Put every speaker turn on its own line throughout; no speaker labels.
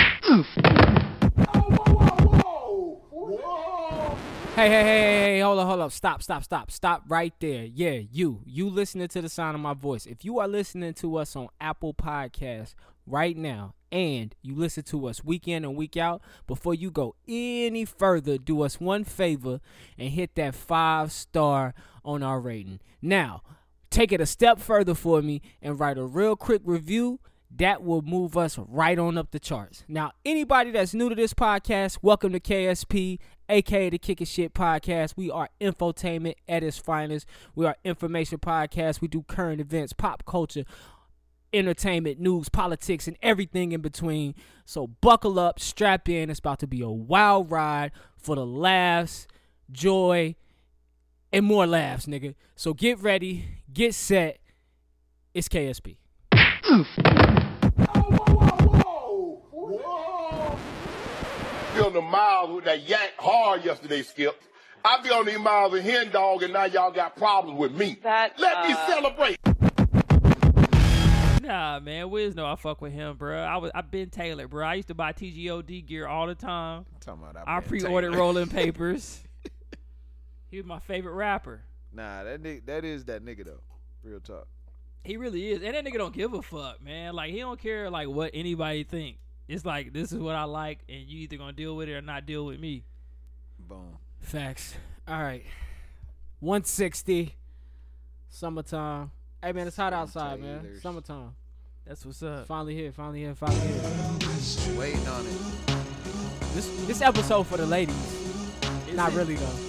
truth. Hey, hey, hey, hey, hey, hold up, hold up. Stop, stop, stop, stop right there. Yeah, you, you listening to the sound of my voice. If you are listening to us on Apple Podcasts right now and you listen to us week in and week out, before you go any further, do us one favor and hit that five star on our rating. Now, take it a step further for me and write a real quick review that will move us right on up the charts. Now, anybody that's new to this podcast, welcome to KSP, aka the Kickin' Shit Podcast. We are infotainment at its finest. We are information podcast. We do current events, pop culture, entertainment, news, politics, and everything in between. So buckle up, strap in. It's about to be a wild ride for the laughs, joy, and more laughs, nigga. So get ready, get set. It's KSP.
Building the miles with that yank hard yesterday, Skip. I be on these miles with hen dog, and now y'all got problems with me.
That,
Let me
uh,
celebrate.
Nah, man, Wiz know I fuck with him, bro. I was I been tailored, bro. I used to buy TGOD gear all the time.
Talking about
I
been
pre-ordered
Taylor.
rolling papers. he was my favorite rapper.
Nah, that nigga, that is that nigga though. Real talk.
He really is, and that nigga don't give a fuck, man. Like he don't care like what anybody think. It's like this is what I like, and you either gonna deal with it or not deal with me.
Boom.
Facts. All right. 160. Summertime. Hey, man, it's hot outside, man.
Taylors.
Summertime.
That's what's up.
Finally here, finally here, finally here.
Waiting on it.
This, this episode for the ladies.
Is
Not
it-
really, though.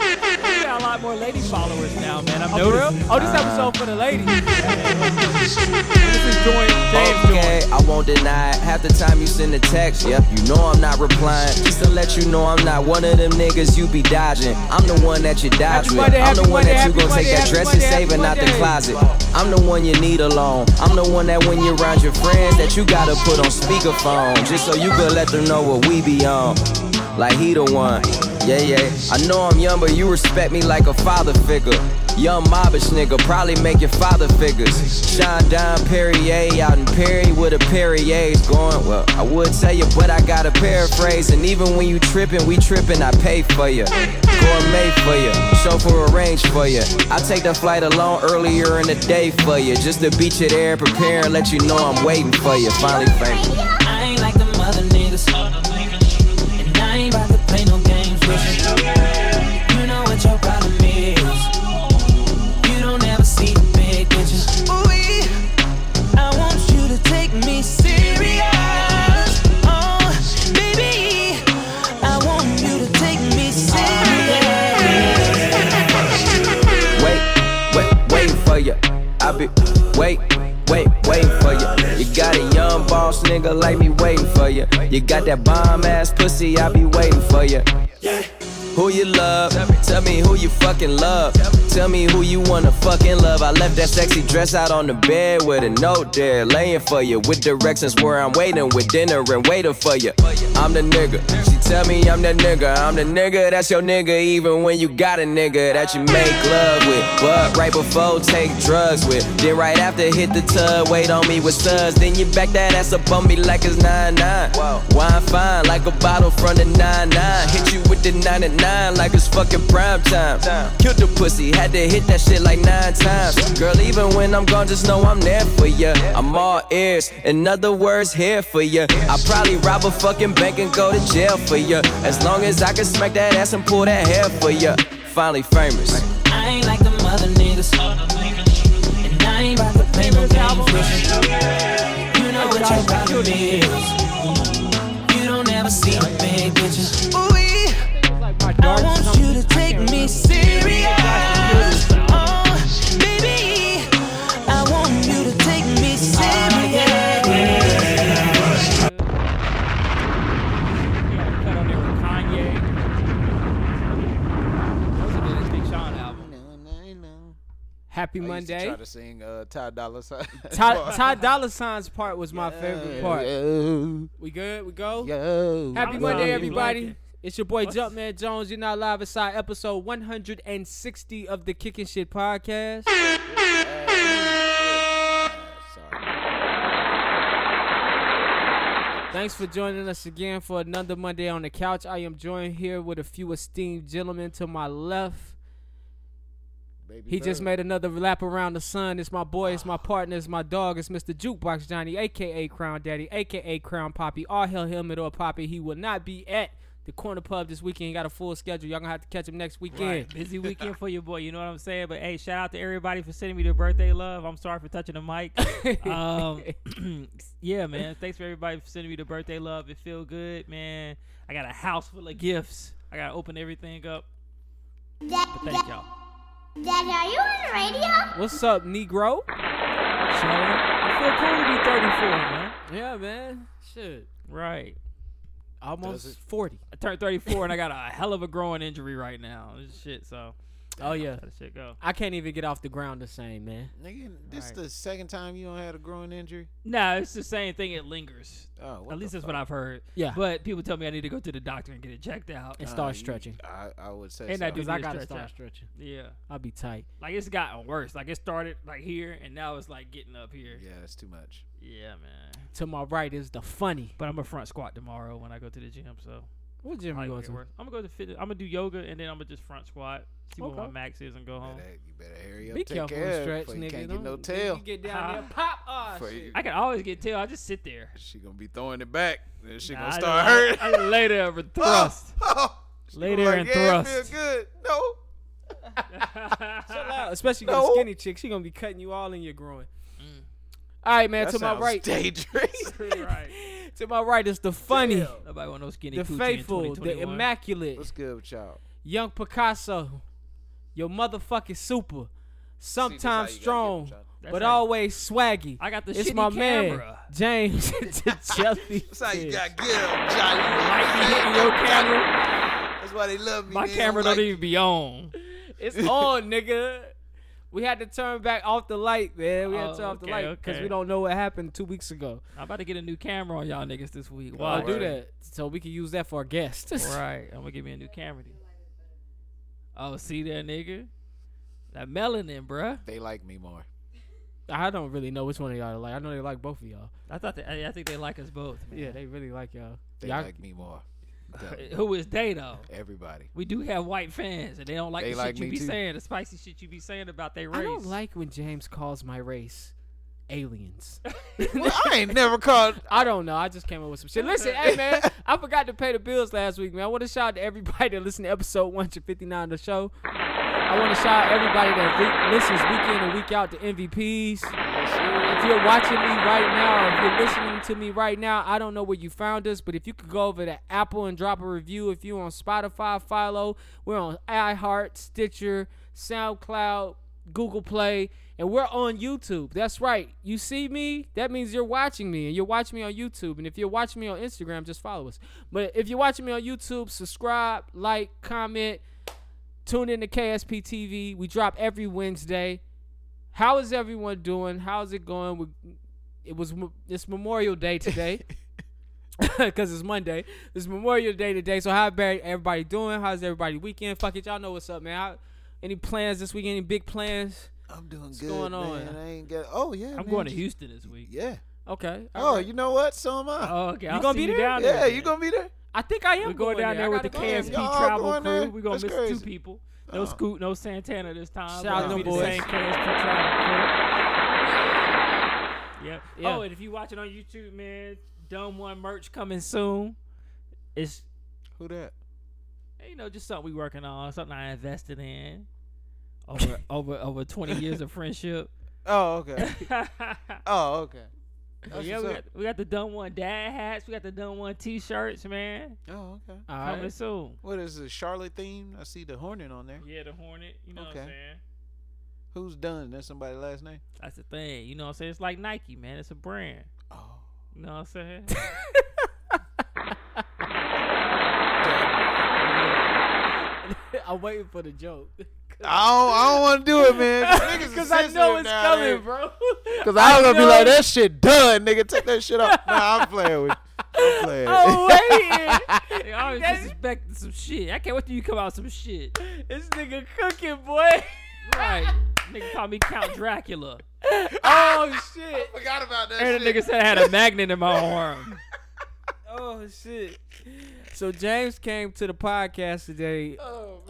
We got a lot more lady followers now, man. I'm
Oh, for
noticing.
real? Oh, this episode for the ladies.
This is Joy- James
Okay, I won't deny it. Half the time you send a text, yep, you know I'm not replying. Just to let you know I'm not one of them niggas you be dodging. I'm the one that you dodge
Happy
with.
Monday,
I'm the
happy
one that you
Monday,
gon'
happy
take that
Monday,
dress
happy
and save it,
Monday,
not the
happy
closet. I'm the one you need alone. I'm the one that when you're around your friends that you gotta put on speakerphone. Just so you could let them know what we be on. Like he the one. Yeah, yeah. I know I'm young, but you respect me like a father figure. Young mobbish nigga, probably make your father figures. Sean Don Perrier out in Perry with a Perrier's going. Well, I would tell you, but I gotta paraphrase. And even when you trippin', we trippin', I pay for you. Gourmet for you, chauffeur arrange for you. I take the flight alone earlier in the day for you. Just to beat you there, prepare and let you know I'm waiting for you. Finally, famous.
I ain't like them other niggas. And I ain't about to play no games with you. You know what your problem is. You don't ever see the big picture. Ooh, I want you to take me serious. Oh, baby. I want you to take me serious.
wait, wait, waiting for you. I be wait, wait, waiting for you. You got a young boss nigga like me waiting for you. You got that bomb ass pussy, I be waiting for you. Who you love? Tell me who you fucking love. Tell me who you wanna fucking love. I left that sexy dress out on the bed with a note there, laying for you with directions where I'm waiting with dinner and waiting for you. I'm the nigga. She tell me I'm that nigga. I'm the nigga that's your nigga, even when you got a nigga that you make love with. But right before, take drugs with. Then right after, hit the tub, wait on me with suds. Then you back that ass up on me like it's 9-9. Wine fine like a bottle from the 9-9. Hit you with the 99 like it's fucking prime time. Killed the pussy, had to hit that shit like nine times. Girl, even when I'm gone, just know I'm there for ya. I'm all ears, in other words, here for ya. I probably rob a fucking bank and go to jail for ya. As long as I can smack that ass and pull that hair for ya. Finally famous.
I ain't like them other niggas. And I ain't about to play no games with you. You know what your problem is. You don't ever see the big picture. Ooh,
Like my
I
dark
want
something.
you to take me serious. Oh, baby, I want you to take me serious.
Yeah, cut on there with Kanye. That was a good Big Sean album.
Happy
I used to
Monday.
Oh, try to sing uh, Ty Dolla Sign.
Ty, Ty Dolla Sign's part was my favorite part.
Yo,
We good? We go?
yo.
Happy
I'm
Monday,
sorry,
everybody.
like it.
It's your boy
What?
Jumpman Jones. You're not live inside episode 160 of the Kicking Shit Podcast.
Sorry.
Thanks for joining us again for another Monday on the couch. I am joined here with a few esteemed gentlemen to my left.
Baby
He just
Bird.
made another lap around the sun. It's my boy, it's my partner, it's my dog, it's Mr. Jukebox Johnny, aka Crown Daddy, aka Crown Poppy. All hell helmet or Poppy. He will not be at the corner pub this weekend. He got a full schedule. Y'all gonna have to catch him next weekend.
Busy weekend for your boy. You know what I'm saying? But hey, shout out to everybody for sending me their birthday love. I'm sorry for touching the mic. um, yeah, man. Thanks for everybody for sending me the birthday love. It feel good, man. I got a house full of gifts. I gotta open everything up.
Dad,
But
Dad,
thank y'all.
Dad, are you on the radio?
What's up, Negro?
So, I feel cool to be 34, man.
Yeah, man. Shit.
Right.
Almost 40.
I turned 34 and I got a hell of a growing injury right now. This Shit. So
Oh, yeah.
let the shit go.
I can't even get off the ground the same, man.
Nigga, this
Right.
the second time you don't had a groin injury.
Nah, it's the same thing. It lingers.
Oh, what
At least
the
that's what
fuck?
I've heard.
Yeah.
But people tell me I need to go to the doctor and get it checked out.
And
Nah,
start
you-
stretching.
I, I would say.
And
so.
I do
Because I
need to
gotta
stretch
start
out.
stretching.
Yeah.
I'll be tight.
Like it's gotten worse. Like it started like here and now it's like getting up here.
Yeah, it's too much.
Yeah, man.
To my right is the funny.
But I'm a front squat tomorrow when I go to the gym, so
What gym you
probably gonna
going
get
to?
worse. I'm gonna go to fitness. I'm gonna do yoga and then I'm gonna just front squat, see what
Okay.
my max is, and go home.
Better- you better hurry up.
Be
take
careful
care
with
of it
stretch,
before you
nigga.
Can't get
Don't-
no
you
tail.
get down
Huh?
there, pop. Oh,
Before
shit.
you-
I can always get tail. I just sit there.
she gonna be throwing it back. Then she
Nah,
gonna
I
start
just-
hurting.
I, I lay there with thrust.
She
Lay
gonna
there
like,
and
Oh, yeah, it
thrust."
Feel good. No.
Chill out, Especially with
No.
a skinny chick. She going to be cutting you all in your groin. Mm. All right, man.
That
to my
sounds
right,
Dangerous.
right.
to my right is the funny,
Nobody want no skinny
the
coochie in
faithful, the
2021.
immaculate,
What's good with y'all?
young Picasso, your motherfucking super, sometimes
you gotta get
strong,
with y'all.
That's
but
how-
always swaggy.
I got the
it's
shitty
my man
camera.
James Jelly.
That's how you got good, Johnny.
Lightning hitting your camera.
That's why they love me.
My
nigga. I'm
camera
like,
don't even be on.
It's on, nigga. We had to turn back off the light, man. We had
Oh,
to turn off the
okay,
light because
okay.
we don't know what happened two weeks ago.
I'm about to get a new camera on y'all niggas this week.
I'll
Why
do that so we can use that for our guests.
Right. I'm gonna give me a new camera. Then. Oh, see that nigga? That melanin, bruh.
They like me more.
I don't really know which one of y'all like. I know they like both of y'all.
I thought they, I, I think they like us both. man.
Yeah, they really like y'all.
They
y'all
like me more. Tell
Who is they though?
Everybody.
We do have white fans, and they don't like
They
the
like
shit you
me
be
too.
saying, the spicy shit you be saying about their race.
I don't like when James calls my race aliens.
well, I ain't never called.
I don't know. I just came up with some shit. Listen, hey man, I forgot to pay the bills last week, man. I want to shout out to everybody that listened to episode 159 of the show. I want to shout out everybody that re- listens week in and week out to MVPs. If you're watching me right now, or if you're listening to me right now, I don't know where you found us, but if you could go over to Apple and drop a review, if you're on Spotify, follow. We're on iHeart, Stitcher, SoundCloud, Google Play, and we're on YouTube. That's right. You see me? That means you're watching me, and you're watching me on YouTube. And if you're watching me on Instagram, just follow us. But if you're watching me on YouTube, subscribe, like, comment, tune in to KSP TV. We drop every Wednesday. How is everyone doing? How's it going? We- It was m- it's Memorial Day today because it's Monday. It's Memorial Day today. So how ba- everybody doing? How's everybody weekend? Fuck it, y'all know what's up, man. How- any plans this weekend? Any big plans?
I'm doing good,
going on?
man. I ain't got. Oh yeah.
I'm
man,
going to
just-
Houston this week.
Yeah.
Okay.
Oh,
all right.
you know what? So am I.
Oh, okay.
You
I'll
gonna
see
be
you
there?
down there?
yeah,
then.
you gonna be there?
I think I am.
We're going down there with the
I gotta go.
KSP
Y'all
travel
going there?
crew. We're gonna
That's
miss two
crazy.
people. No
Oh.
Scoot, no Santana this time.
Shout
out
We're gonna
them
be the
boys.
same KSP travel crew. Yep.
Yeah.
Oh, and if you watching on YouTube, man, Dumb One merch coming soon. It's
Who that?
you know just something we working on, something I invested in over over over twenty years of friendship.
Oh, okay.
yeah,
Oh, okay. That's
we
what's
got, we got the Dumb One dad hats. We got the Dumb One T-shirts, man.
up. Oh, okay.
All
Coming
right.
soon.
What is the Charlotte theme? I see the hornet on there.
Yeah, the Hornet. You know what I'm
Okay.
saying.
Who's done? That's somebody's last name.
That's the thing. You know what I'm saying? It's like Nike, man. It's a brand.
Oh.
You know what I'm saying?
I'm waiting for the joke
I don't, I don't want to do it, man. Niggas is
because I know
sensitive
it's
down
coming,
here.
bro.
Cause I was gonna be
know
like,
it.
that shit done, nigga. Take that shit off. Nah, I'm playing with. You. I'm playing.
I'm waiting.
They always disrespecting some shit. I can't wait till you come out with some shit.
this nigga cooking, boy.
Right. nigga called me Count Dracula.
Oh shit.
forgot about that.
And the nigga said I had a magnet in my arm.
Oh shit. So James came to the podcast today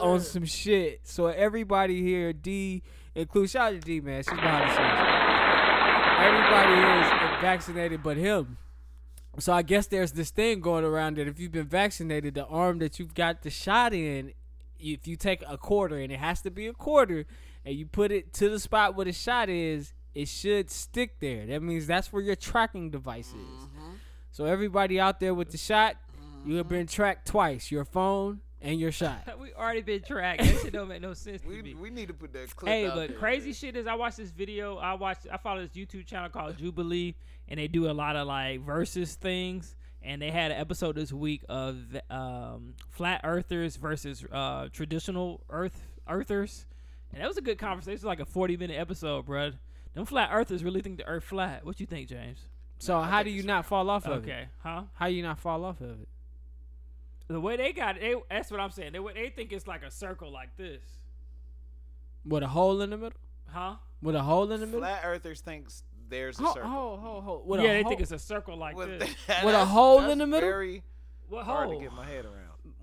on some shit. So everybody here, D includes shout out to D man, she's behind the scenes. Everybody here is vaccinated but him. So I guess there's this thing going around that if you've been vaccinated, the arm that you've got the shot in, if you take a quarter and it has to be a quarter, and you put it to the spot where the shot is, it should stick there. That means that's where your tracking device is. So everybody out there with the shot, you have been tracked twice: your phone and your shot.
we already been tracked. That shit don't make no sense to me.
We, we need to put that clip
Hey,
out
but
there.
crazy shit is I watched this video. I watched I follow this YouTube channel called Jubilee, and they do a lot of like versus things. And they had an episode this week of um, flat earthers versus uh, traditional earth earthers, and that was a good conversation. It was like a forty minute episode, bruh. Them flat earthers really think the earth flat. What you think, James?
So how do you not fall off of it?
Okay, huh?
How you not fall off of it?
The way they got it, they, that's what I'm saying. They they think it's like a circle like this,
With a hole in the middle?
huh?
With a hole in the middle?
Flat Earthers thinks there's a
Ho,
circle.
ho, ho, ho. With
yeah,
a
they
hole,
think it's a circle like
Well,
this.
that-
oh, With a
that's-
hole in
that's
the middle? Oh.
Very
What
hard
hole?
to get my head around.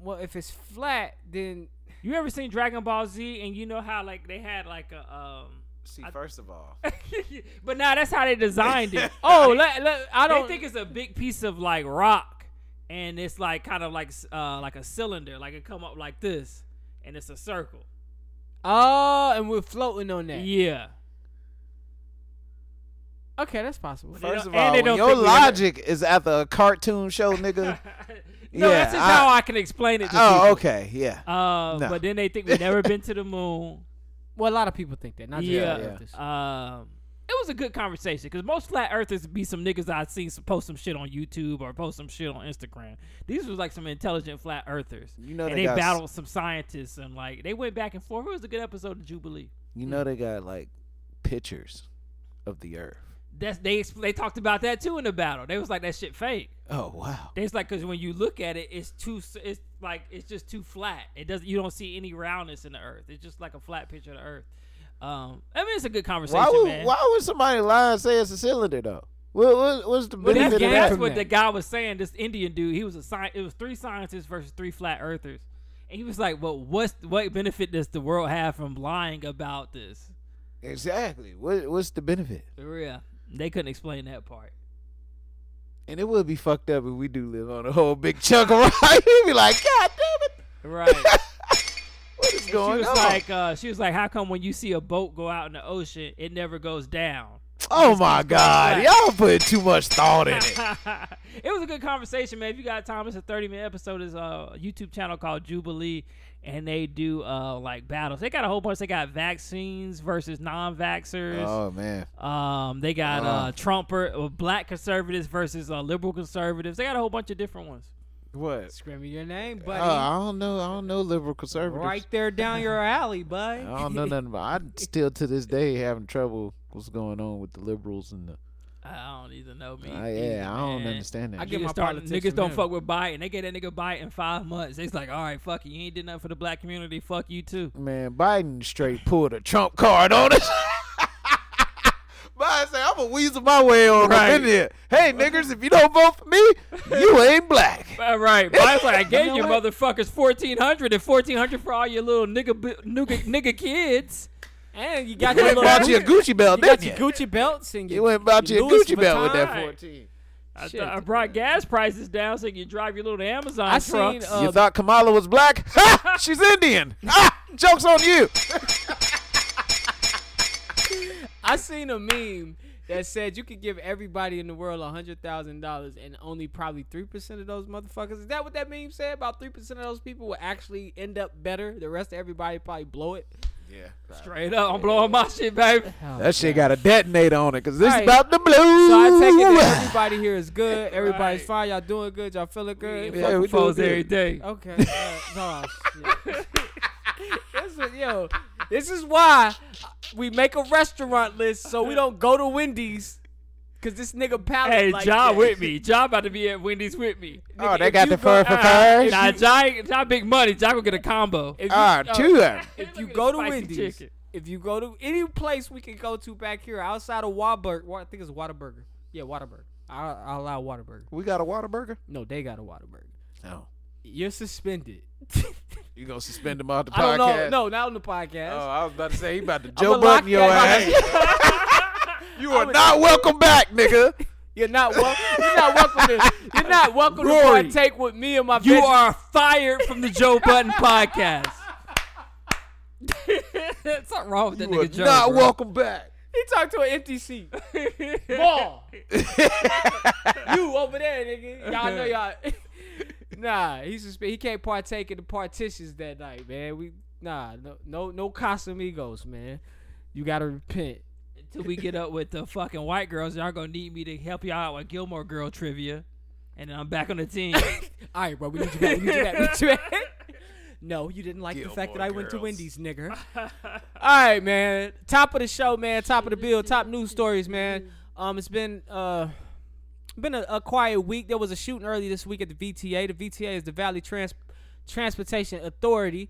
well, if it's flat, then
You ever seen Dragon Ball Z and you know how like they had like a um
See, first of all,
but now that's how they designed it.
oh, let, let, I
they
don't
think it's a big piece of like rock and it's like kind of like s- uh like a cylinder like it come up like this and it's a circle.
Oh, and we're floating on that.
Yeah.
Okay, that's possible.
don't-
first of
and
all,
they
when
don't
your
think we ever-
logic is after a cartoon show, nigga.
No,
Yeah,
that's just
I-
how I can explain it to people.
oh, okay, yeah.
Uh,
No.
but then they think we've never been to the moon.
Well, a lot of people think that. Not just
Yeah.
flat
Yeah.
earthers.
Um, it was a good conversation because most flat earthers be some niggas I've seen s- post some shit on YouTube or post some shit on Instagram. These was like some intelligent flat earthers.
You know
and
they
they
got s-
battled some scientists and like they went back and forth. It was a good episode of Jubilee.
You know they got like pictures of the Earth.
That's they expl- they talked about that too in the battle. They was like that shit fake.
Oh wow.
They was like because when you look at it, it's too s- it's like it's just too flat. It doesn't you don't see any roundness in the earth. It's just like a flat picture of the earth. Um, I mean it's a good conversation,
Why would
man.
why would somebody lie and say it's a cylinder though? What, what what's the
But that's,
benefit of
game
that's
that?
from
what
that.
the guy was saying. This Indian dude, he was a sci- It was three scientists versus three flat earthers, and he was like, "Well, what's what benefit does the world have from lying about this?"
Exactly. What what's the benefit?
For real, they couldn't explain that part.
And it would be fucked up if we do live on a whole big chunk of rock. You'd be like, God damn it,
Right?
what is
she
going
was
on?
like, uh, "She was like, how come when you see a boat go out in the ocean, it never goes down?"
oh my God, y'all put too much thought in it.
it was a good conversation, man. If you got time, it's a 30 minute episode. It's a YouTube channel called Jubilee, and they do uh like battles. They got a whole bunch. They got vaccines versus non vaxxers.
Oh man,
Um, they got uh,
Uh.
Trumper, uh, black conservatives versus uh, liberal conservatives. They got a whole bunch of different ones.
what?
Screaming your name,
Oh,
buddy.
I don't know. I don't know liberal conservatives.
right there down your alley, bud.
I don't know nothing about. I still to this day having trouble. What's going on with the liberals and the?
I don't even know me.
I- Uh, yeah, I don't
man.
understand that.
I
Niggas,
get my
start-
politics
niggas
from
don't
him.
fuck with Biden. They get that nigga Biden in five months. It's like, all right, fuck you. You ain't did nothing for the black community. Fuck you too.
Man, Biden straight pulled a Trump card on us. Biden say, I'm going to weasel my way on right. in there. Hey, niggers, if you don't vote for me, you ain't black.
All right, Biden's like, I gave
know
you
what?
motherfuckers fourteen hundred and fourteen hundred for all your little nigga bi- nigga nigga kids.
And you got
You
your
went
little
and bought you a Gucci belt,
you got
didn't
your
you?
Gucci belts and your,
You went and bought you a
Louis
Gucci belt with that
Vuitton.
14.
I,
Shit.
th- I brought gas prices down so you can drive your little Amazon
I seen
trucks.
uh,
you thought Kamala was black? Ha! She's Indian. ah, joke's on you.
I seen a meme that said you could give everybody in the world hundred thousand dollars and only probably three percent of those motherfuckers. Is that what that meme said? About three percent of those people will actually end up better. The rest of everybody probably blow it.
Straight up, I'm blowing my shit, baby.
That shit got a detonator on it because this
Right.
is about the blues.
So I take it that everybody here is good. Everybody's
Right.
fine. Y'all doing good. Y'all feeling good.
Yeah, we
Foes
doing good.
every day.
Okay. Uh, no, shit. this is, yo, this is why we make a restaurant list so we don't go to Wendy's. Cause this nigga palate
Hey,
like
John
that.
with me. John about to be at Wendy's with me.
Oh,
If
they got
you
the fur for
go- uh,
furs.
Nah, John, John big money. John gonna get a combo.
If you-
Ah,
yo,
two of them.
if you
Look at
go
the
to
spicy
Wendy's,
chicken.
if you go to any place we can go to back here outside of Wahlburg, I think it's Whataburger. Yeah, Whataburger. I I allow Waterburger.
We got a Waterburger?
No, they got a Waterburger.
No.
You're suspended.
You gonna suspend him off the
I don't
podcast?
know. No, not on the
Oh,
podcast.
I was about to say he about to
I'ma
Joe
lock
Button your ass.
that-
You are not welcome back, nigga.
You're not welcome. You're not welcome. To, you're not welcome
Rory,
to partake with me and my.
You
veggie-
are fired from the Joe Button podcast. That's not wrong with that
You are
nigga Joe.
not
bro.
welcome back.
He talked to an empty seat. Ball. you over there, nigga. Y'all know y'all. nah, he's suspe- he can't partake in the partitions that night, man. We nah, no no no Casamigos, man. You gotta repent.
Till we get up with the fucking white girls, y'all gonna need me to help y'all out with Gilmore Girl trivia, and then I'm back on the team.
All right, bro. We need you back. We need you back. We need you back. No, you didn't like the fact that
Gilmore
I went to
Girls.
Wendy's, nigger. All right, man. Top of the show, man. Top of the bill. Top news stories, man. Um, it's been uh, been a, a quiet week. There was a shooting early this week at the VTA. The VTA is the Valley Trans Transportation Authority.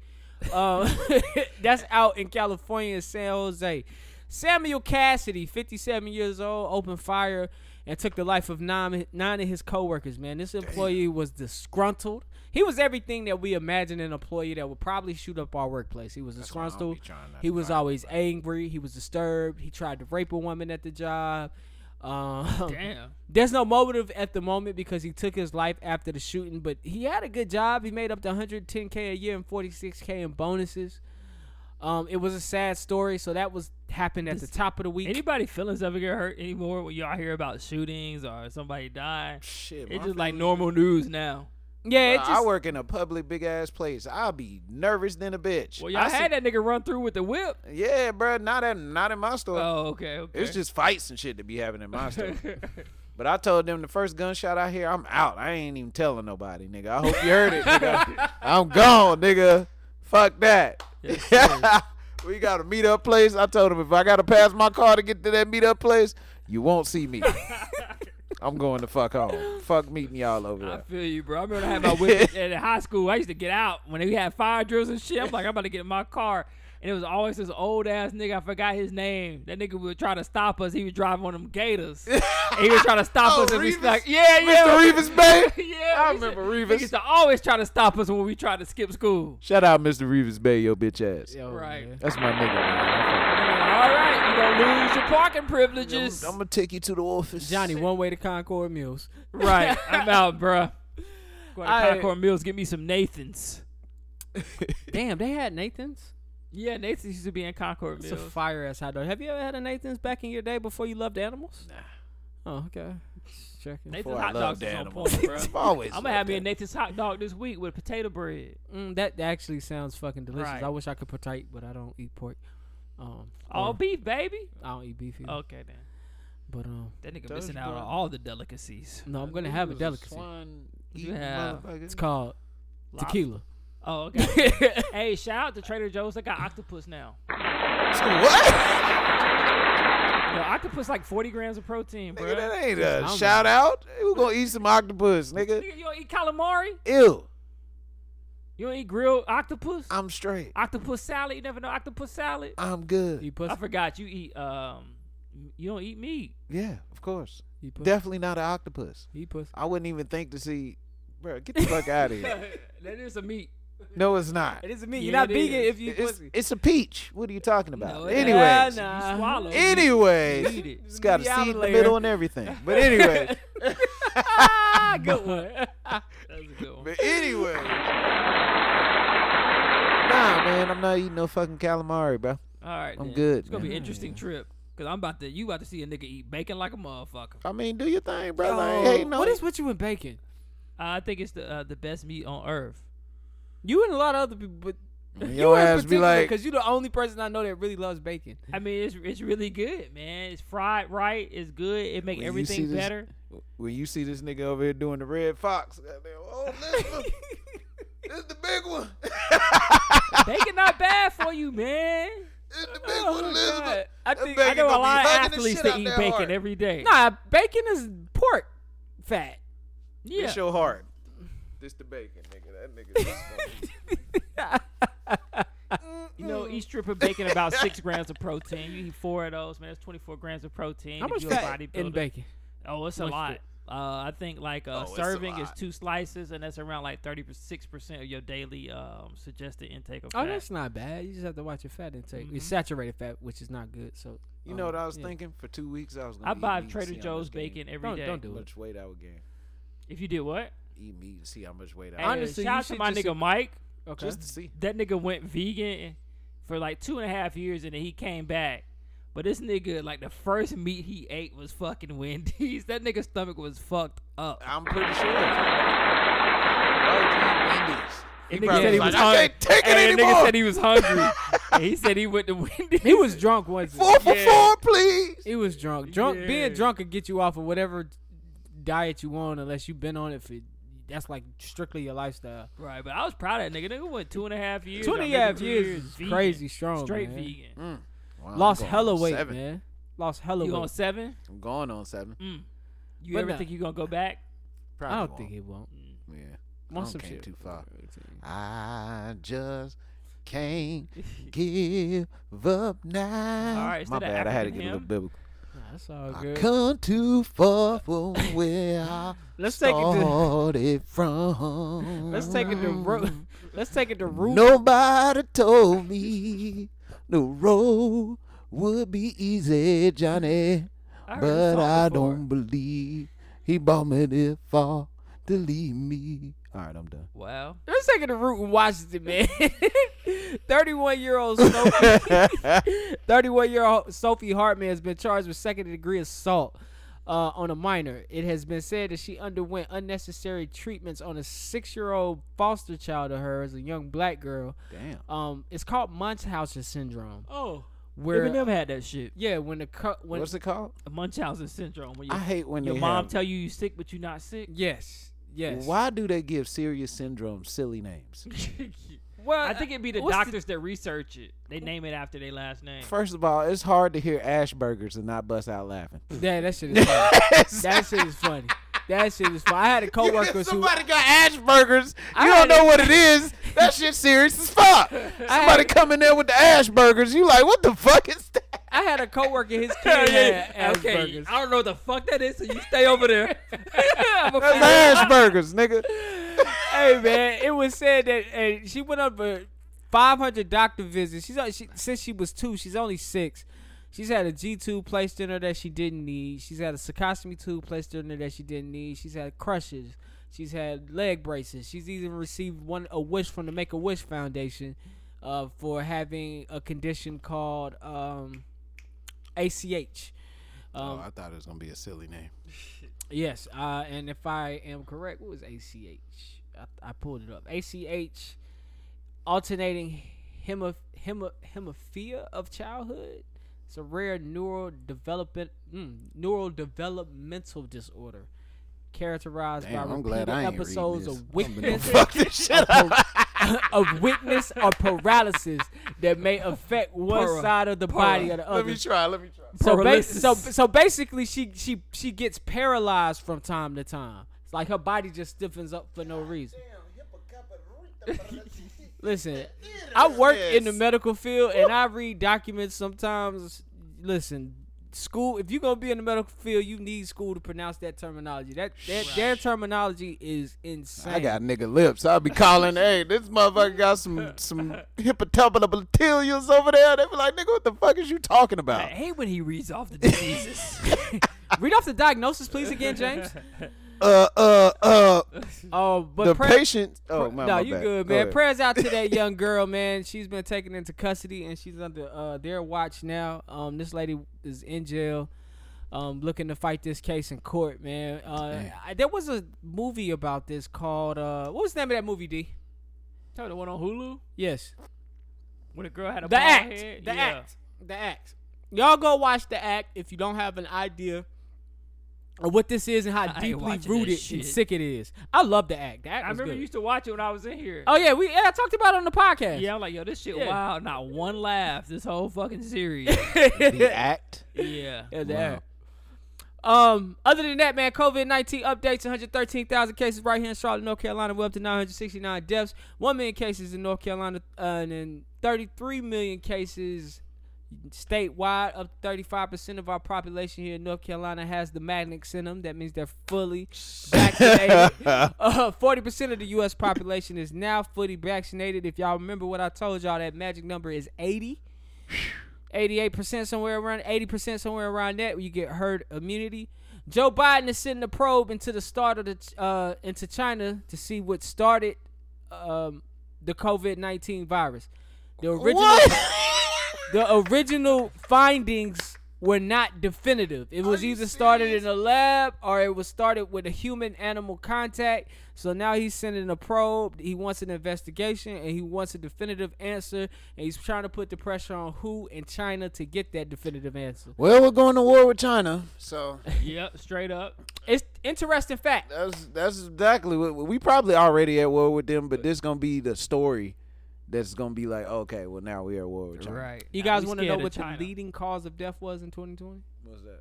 Uh, that's out in California, in San Jose. Samuel Cassidy, 57 years old, opened fire and took the life of nine, nine of his coworkers. Man, this employee was disgruntled. He was everything that we imagine an employee that would probably shoot up our workplace. He was disgruntled. He was always angry. He was disturbed. He tried to rape a woman at the job. Um,
Damn.
There's no motive at the moment because he took his life after the shooting, but he had a good job. He made up to 110k a year and 46k in bonuses. Um, it was a sad story, so that was happened at the top of the week.
Anybody feelings ever get hurt anymore when y'all hear about shootings or somebody die?
Shit,
It's
my
just like normal news now.
yeah, it
Nah,
just,
I work in a public big ass place. I'll be nervous than a bitch.
Well, y'all
I
had that nigga run through with the whip.
see- yeah, bro. Not at not in my store.
Oh, okay, okay.
It's just fights and shit to be happening in my store. But I told them the first gunshot I hear, I'm out. I ain't even telling nobody, nigga. I hope you heard it. Nigga. I'm gone, nigga. Fuck that.
Yes, sir.
we got a meetup place. I told them if I gotta pass my car to get to that meetup place, you won't see me. I'm going to fuck home. Fuck meeting y'all over
I
there.
feel you, bro. I remember I had my whip at high school. I used to get out when we had fire drills and shit. I'm like, I'm about to get in my car. And it was always this old ass nigga. I forgot his name. That nigga would try to stop us. He was driving on them gators. and he would try to stop
Oh,
us. And we
Revis?
like, yeah, yeah.
Mr. Reeves, Bay.
Yeah.
I
we used to-
remember Revis.
They used to always try to stop us when we tried to skip school.
Shout out Mr. Reeves Bay, yo bitch ass.
Yo,
Right.
man.
That's my nigga, man.
And I'm like, All right, you gonna lose your parking
I'm
privileges.
gonna take you to the office.
Johnny, one way to Concord Mills.
right, I'm out, bro. Going to
I-
Concord Mills, get me some Nathan's.
Damn, they had Nathan's.
Yeah, Nathan's used to be in Concord
It's a
Mills.
fire ass hot dog. Have you ever had a Nathan's back in your day before you loved animals? Nah. Oh, okay. Just Checking.
Nathan's
Boy, I
hot
love
dogs
the
is on
animals.
point, bro.
I've always
I'm gonna
loved
have me a
that.
Nathan's hot dog this week with potato bread.
Mm, that actually sounds fucking delicious.
Right.
I wish I could partake, but I don't eat pork. Um,
All
or-
beef, baby.
I don't eat beef either.
Okay, then.
But um,
That nigga
Those
missing out on
boys-
all the delicacies.
no, I'm gonna have a delicacy.
eating Yeah.
It's called tequila.
Oh, okay. hey, shout out to Trader Joe's. They got octopus now.
What?
Yo, octopus like 40 grams of protein, bro.
Nigga,
Nigga,
that ain't a
I'm-
shout out. Who gonna eat some octopus, nigga?
you don't eat calamari?
Ew.
You don't eat grilled octopus?
I'm straight.
octopus salad? You never know octopus salad?
I'm good.
You
I
pussy.
forgot you eat um you don't eat meat.
Yeah, of course.
You pussy.
Definitely not an octopus.
You pussy.
I wouldn't even think to see. Bro, get the fuck out of here.
that is a meat.
No, it's not.
It is a meat.
Yeah,
You're not
it
vegan
is.
if you
It's,
pussy.
it's a peach. What are you talking
No,
about?
it ain't.
anyways,
Yeah, nah.
You swallow. it.
anyways,
Eat it.
it's got a
Leave out
seed in the
later.
middle and everything. But anyway,
Ah, good one.
That's a good one.
but anyway. Nah, man, I'm not eating no fucking calamari, bro.
All right,
I'm
then.
good,
It's gonna be
man.
an interesting trip because I'm about to you about to see a nigga eat bacon like a motherfucker.
I mean, do your thing, brother. I ain't
Oh,
hating on
what
you.
is with you and bacon?
I think it's the uh, the best meat on earth.
You and a lot of other people, but
And
you
Your
in
ass be
particular,
like,
because you're the only person I know that really loves bacon.
I mean, it's it's really good, man. It's fried right. It's good. It make
When you see
everything
this-
better.
when you see this nigga over here doing the red fox, goddamn, oh, listen, this is the big one.
bacon not bad for you, man.
this is the big
Oh,
one,
my
Elizabeth.
God. I
That
think- I
bacon
I know a
gonna be
lot of
hugging the
athletes
shit
that
out
eat
that
bacon
heart.
every day.
Nah, bacon is pork fat.
yeah,
It's your heart. This the bacon, nigga. That nigga. just gonna-
you know,
Hmm.
each strip of bacon about six grams of protein. You eat four of those, man. That's twenty four grams of protein.
How
If
much
you a
fat in
bodybuilder.
bacon?
Oh, it's a
Much
lot.
fat.
Uh, I think like
Oh,
a
it's a
serving is
lot.
two slices, and that's around like thirty six percent of your daily um, suggested intake of
Oh,
fat.
that's not bad. You just have to watch your fat intake.
Mm-hmm.
It's saturated fat, which is not good. So
You know what I was
yeah.
thinking? For two weeks, I was gonna
I
eat
buy
meat and
Trader
see how
Joe's
much gain-
bacon every
Don't-
day.
don't do it.
Much weight I would gain.
If you did what?
Eat meat and see how much weight
Hey,
I would
Honestly, you
shout out to
should
my
just-
nigga Mike.
okay.
just to see.
That nigga went vegan for like two and a half years, and then he came back. But this nigga, like the first meat he ate was fucking Wendy's. That nigga's stomach was fucked up.
I'm pretty sure. Why would you eat Wendy's?
He
probably was like, "I can't take it
Nigga
anymore."
said he was hungry. and he said he went to Wendy's.
he was drunk once.
Four for
Yeah.
four, please.
He was drunk. Drunk being
Yeah.
drunk could get you off of whatever diet you want unless you've been on it for that's like strictly your lifestyle.
right, but I was proud of that nigga. Nigga went two and a half years.
Two and a
or
half
maybe
years
years
is
vegan.
crazy strong,
straight
man.
vegan.
Wow, I'm
Lost
going
hella
on
weight,
seven.
man. Lost hella
You on
weight.
seven?
I'm going on seven.
You
But
ever
nah.
think you gonna go back?
Probably
I don't
won't.
think it won't.
Yeah. I
Want
don't
some
came
shit.
too far. I just can't give up now.
All right, instead
My
of
bad. I had to
African
get a little
hymn,
biblical.
Nah, that's all
I
good.
come too far from where I
Let's take it to
started from.
let's take it to ro- let's take it to root.
Nobody told me the road would be easy, Johnny.
I heard this
But
song
I
before.
don't believe he bought me this far to leave me. All right, I'm done.
Well,
Let's take it to root in Washington, man. Thirty-one year old Sophie, thirty-one year old Sophie Hartman has been charged with second degree assault uh, on a minor. It has been said that she underwent unnecessary treatments on a six-year-old foster child of hers, a young black girl.
Damn.
Um, it's called Munchausen syndrome,
oh,
where
Eminem had that shit.
yeah, when the cu- when
What's it called?
Munchausen syndrome. When
I
your,
hate when
your
they
mom
have-
tell you you sick, but you not sick.
yes, yes.
Why do they give serious syndrome silly names?
Well,
I think it'd be the
what's
doctors that research it. They name it after their last name.
First of all, it's hard to hear Ashburgers and not bust out laughing.
Yeah, that shit is funny. that shit is funny. That shit is funny. I had a coworker who
Somebody got Ashburgers.
I
You
had
don't know
a-
what it is. That shit serious as fuck. Somebody come in there with the Ashburgers. You like, what the fuck is that?
I had a coworker. His
Yeah,
kid had
yeah. Okay,
Asperger's.
I don't know what the fuck that is, so you stay over there. I'm a-
That's Ashburgers, nigga.
hey man, it was said that uh, she went up for 500 doctor visits. She's on- she, since she was two, she's only six. She's had a G2 placed in her that she didn't need. She's had a sarcostomy tube placed in her that she didn't need. She's had crushes. She's had leg braces. She's even received one a wish from the Make a Wish Foundation uh, for having a condition called um, ACH. Um,
I thought it was gonna be a silly name.
Yes, uh, and if I am correct, what was ACH? I, I pulled it up. ACH, alternating hemo, hemo, hemophilia of childhood. It's a rare neural development mm, neural developmental disorder characterized
Damn,
by
I'm glad
repeated
I ain't reading
episodes
this.
of weakness
Fuck this shit up.
of weakness or paralysis that may affect one
Para-
side of the body or the
Let me
other.
try. Let me try.
So, ba-
Paralysis.
so so basically, she she she gets paralyzed from time to time. It's like her body just stiffens up for no reason. Listen, I work in the medical field and I read documents sometimes. Listen, school. If you're gonna be in the medical field, you need school to pronounce that terminology. That, that their terminology is insane.
I got nigga lips. I'll be calling, hey, this motherfucker got some some hippopotamus over there. They be like, nigga, what the fuck is you talking
I
about?
hate when he reads off the diseases.
read off the diagnosis, please again, James.
Uh, uh, uh.
Oh, but
The
pra-
patient. Oh, my,
no,
my
you
bad.
good,
Go
man.
ahead.
Prayers out to that young girl, man. She's been taken into custody and she's under uh, their watch now. Um, this lady is in jail, um, looking to fight this case in court, man. Uh, I, there was a movie about this called uh, what was the name of that movie? D.
Tell me the one on Hulu
Yes,
when a girl had a
the
bald
act,
head.
the
Yeah.
act, the act. Y'all go watch the act if you don't have an idea. Of what this is and how
ain't
deeply
watching that
rooted and
shit.
sick it is. I love the act. The act
I
was
remember
good.
you used to watch it when I was in here.
oh yeah, we yeah, I talked about it on the podcast.
Yeah, I'm like, yo, this shit
Yeah.
wild. Not one laugh. This whole fucking series.
The act.
yeah.
Yeah, they are. Um, other than that, man, COVID 19 updates 113,000 cases right here in Charlotte, North Carolina. We're up to 969 deaths, 1 million cases in North Carolina, uh, and then 33 million cases Statewide, up to 35% of our population here in North Carolina has the magnets in them. That means they're fully vaccinated. Uh, 40% of the U.S. population is now fully vaccinated. If y'all remember what I told y'all, that magic number is 80. 88% somewhere around 80% somewhere around that you get herd immunity. Joe Biden is sending a probe into the start of the ch- uh, into China to see what started um, the COVID nineteen virus. The original the original findings were not definitive. It was either started in a lab or it was started with a human animal contact. So now he's sending a probe. He wants an investigation and he wants a definitive answer. And he's trying to put the pressure on who in China to get that definitive answer.
Well, we're going to war with China, so
Yep, straight up.
It's interesting fact.
that's that's exactly what we probably already at war with them. But this gonna be the story that's gonna be like, okay, well now we are at war with China.
Right.
You guys want to know what the leading cause of death was in 2020?
What's that?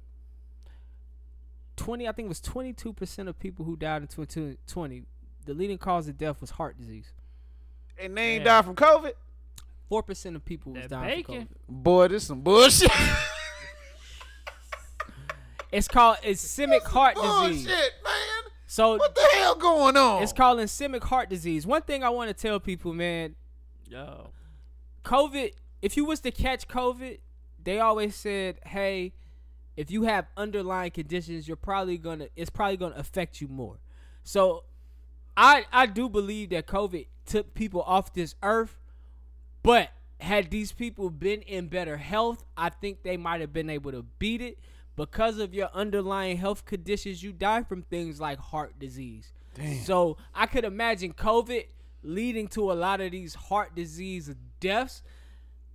20, I think it was 22% of people who died in 2020. The leading cause of death was heart disease.
And they ain't
Yeah.
die from COVID.
Four percent of people was
That
dying from COVID.
bacon.
Boy, this some bullshit.
It's called ischemic heart
bullshit,
disease.
man.
So
What the hell going on?
it's called ischemic heart disease. One thing I want to tell people, man,
Yo.
COVID. If you was to catch COVID, they always said, "Hey, if you have underlying conditions, you're probably gonna. It's probably gonna affect you more." So, I I do believe that COVID took people off this earth, but had these people been in better health, I think they might have been able to beat it. Because of your underlying health conditions, you die from things like heart disease. So I could imagine COVID leading to a lot of these heart disease deaths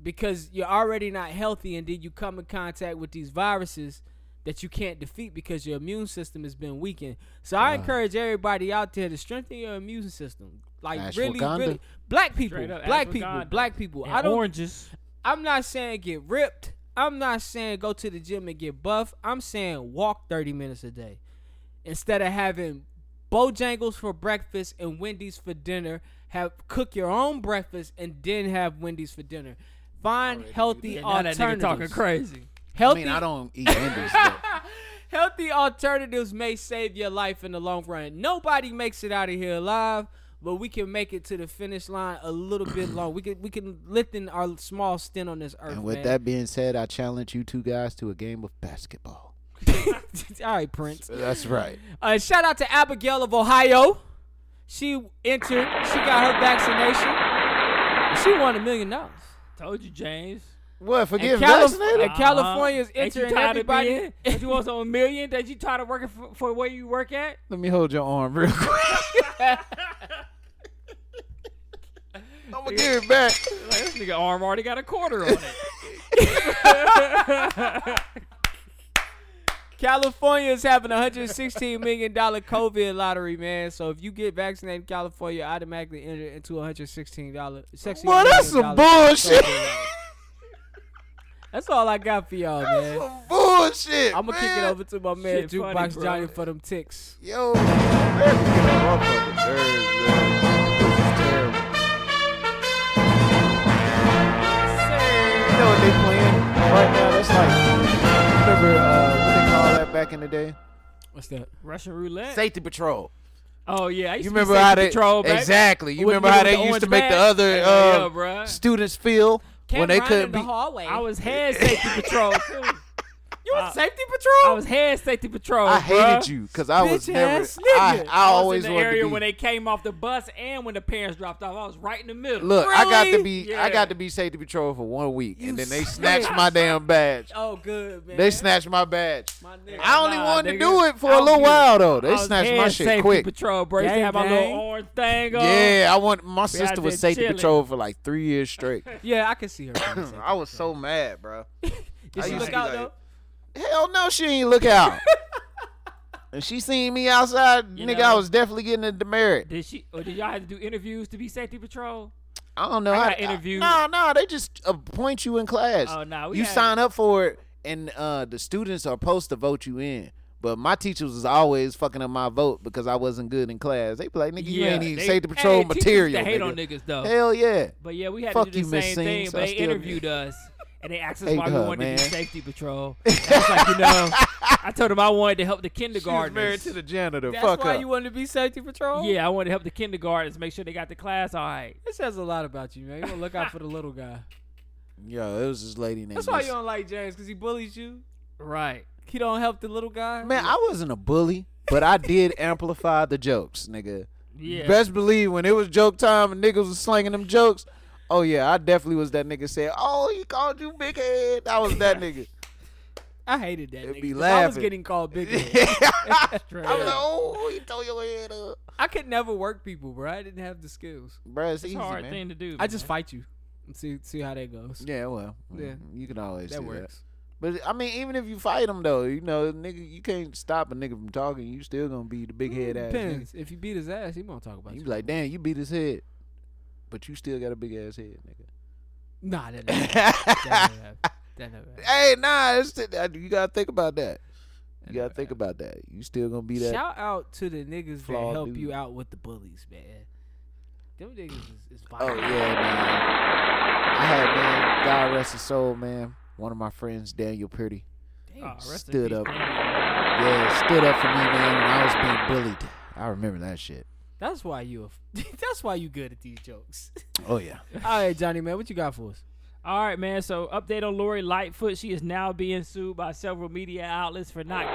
because you're already not healthy and then you come in contact with these viruses that you can't defeat because your immune system has been weakened. So I encourage everybody out there to strengthen your immune system. Like
Ash
really,
Wakanda.
really black people,
Straight up,
black
Ash
people,
Wakanda.
black people.
And
I don't
oranges.
I'm not saying get ripped. I'm not saying go to the gym and get buff. I'm saying walk 30 minutes a day instead of having Bojangles for breakfast and Wendy's for dinner. Have cook your own breakfast and then have Wendy's for dinner. Find healthy
Now that
alternatives.
nigga talking crazy.
I
Healthy,
mean, I don't eat Wendy's. but-
healthy alternatives may save your life in the long run. Nobody makes it out of here alive, but we can make it to the finish line a little bit long. We can we can lengthen our small stint on this earth.
And with
man.
that being said, I challenge you two guys to a game of basketball.
All right, Prince.
That's right.
Uh, shout out to Abigail of Ohio. She entered. She got her vaccination. And She won a million dollars.
Told you, James. Uh-huh.
What? For
And
getting
Calif-
vaccinated?
and California's
Ain't you
entering
tired of
everybody.
being- Don't you want some million? That you tired of working for, for where you work at?
Let me hold your arm real quick. I'm gonna give it back.
Like, this nigga arm already got a quarter on it.
California is having a hundred sixteen million dollar COVID lottery, man. So if you get vaccinated in California, you automatically enter into a hundred sixteen dollar.
Well, that's some bullshit.
That's all I got for y'all, man.
Some bullshit.
I'm gonna kick it
man.
over to my man
Shit funny,
Jukebox
bro.
Johnny for them ticks.
Yo, America get off of the nerves, man. This is terrible. You know what they playing right now? That's like, remember uh, what they call that back in the day?
What's that?
Russian roulette.
Safety patrol.
oh yeah, I used
You
to be
remember how
safety
they
patrol back.
exactly? You
With-
remember
with
how
the
they used
orange
to make the
bag?
other
Yeah,
uh,
bruh.
students feel when they
Can't run in
couldn't
the
be.
hallway.
I was head safety patrol too.
you
I-
was safety patrol.
I was head safety patrol.
I hated
bruh.
you because I was
Bitch
never.
ass
I,
nigga.
I
I was
always
in the
wanted
area
to be.
when they came off the bus and when the parents dropped off. I was right in the middle.
Look, I got to
Really?
be.
Yeah.
I got to be safety patrol for one week,
You
and then they
suck.
snatched my damn badge.
Oh, good man.
They snatched my badge.
My nigga.
I only
Oh, Nah,
wanted
nigga.
to do it for
I
a
was
little
here.
while though. They
I was
snatched my
head
shit
safety
quick.
patrol, bro. Used to
Gang,
have my little
gang.
orange thing on.
Yeah, I want my sister
out
was
there
safety
chilling.
patrol for like three years straight.
Yeah, I can see her. being safe.
I was so mad, bro.
Did
I
she
used
look
to be
out
like-
though?
Hell no, she ain't look out. and she seen me outside,
You
nigga.
know-
I was definitely getting a demerit.
Did she or did y'all have to do interviews to be safety patrol?
I don't know.
I
how
got interviewed.
No, no, they just appoint you in class.
Oh, nah, we
you
had-
sign up for it, and uh, the students are supposed to vote you in. But my teachers was always fucking up my vote because I wasn't good in class. They be like, nigga, you ain't even
they-
safety patrol
hey, teachers used to
material.
hate
nigga.
on niggas though.
Hell yeah.
But yeah, we had
Fuck
to do
you,
the
Miss
same thing.
Sings.
But
I
they
still-
interviewed us, And they asked us
Hey,
why we
huh,
wanted to do
man.
safety patrol. And I was like, you know, I told them I wanted to help the
She was married
kindergartners.
to the janitor.
That's
Fuck
why
up.
you wanted to be safety patrol.
yeah, I wanted to help the kindergartners make sure they got the class all right.
It says a lot about you, man. You want to look out for the little guy.
Yo, it was this lady named.
That's why
Miss-
you don't like James, because he bullies you.
Right.
He don't help the little guy.
Man, I wasn't a bully, but I did amplify the jokes, nigga.
Yeah.
Best believe when it was joke time and niggas was slanging them jokes. Oh yeah, I definitely was that nigga. Said, oh, he called you big head. I was that nigga.
I hated that.
It'd
nigga,
be
'cause I was
laughing.
getting called big. head.
I
Straight
was like,
up.
oh, he throw your head up.
I could never work people, bro. I didn't have the skills.
Bruh, it's,
It's
easy,
a hard
man.
thing to do.
I just
man.
fight you and see see how that goes.
Yeah, well, yeah,
Yeah.
you can always
that
do
works.
But I mean, even if you fight him though, you know, nigga, you can't stop a nigga from talking. You still gonna be the big head ass. Nigga.
Depends. If you beat his ass, he won't talk about
You
you.
be like, damn, you beat his head, but you still got a big ass head, nigga.
Nah, that never happened. That never happened. That never happened.
hey, nah, it's you gotta think about that.
That
You
never
gotta think about that. You still gonna be that.
Shout out to the niggas that
flawed
help
dude.
you out with the bullies, man. Them niggas is, is
oh
violent.
yeah, man. I had man, God rest his soul, man. One of my friends, Daniel Purdy,
Damn.
Oh, rest in
Stood
peace,
up.
Daniel.
yeah, stood up for me, man, when I was being bullied. I remember that shit.
That's why you. A, f- that's why you good at these jokes.
Oh yeah.
All right, Johnny man, what you got for us?
All right, man. So update on Lori Lightfoot. She is now being sued by several media outlets for not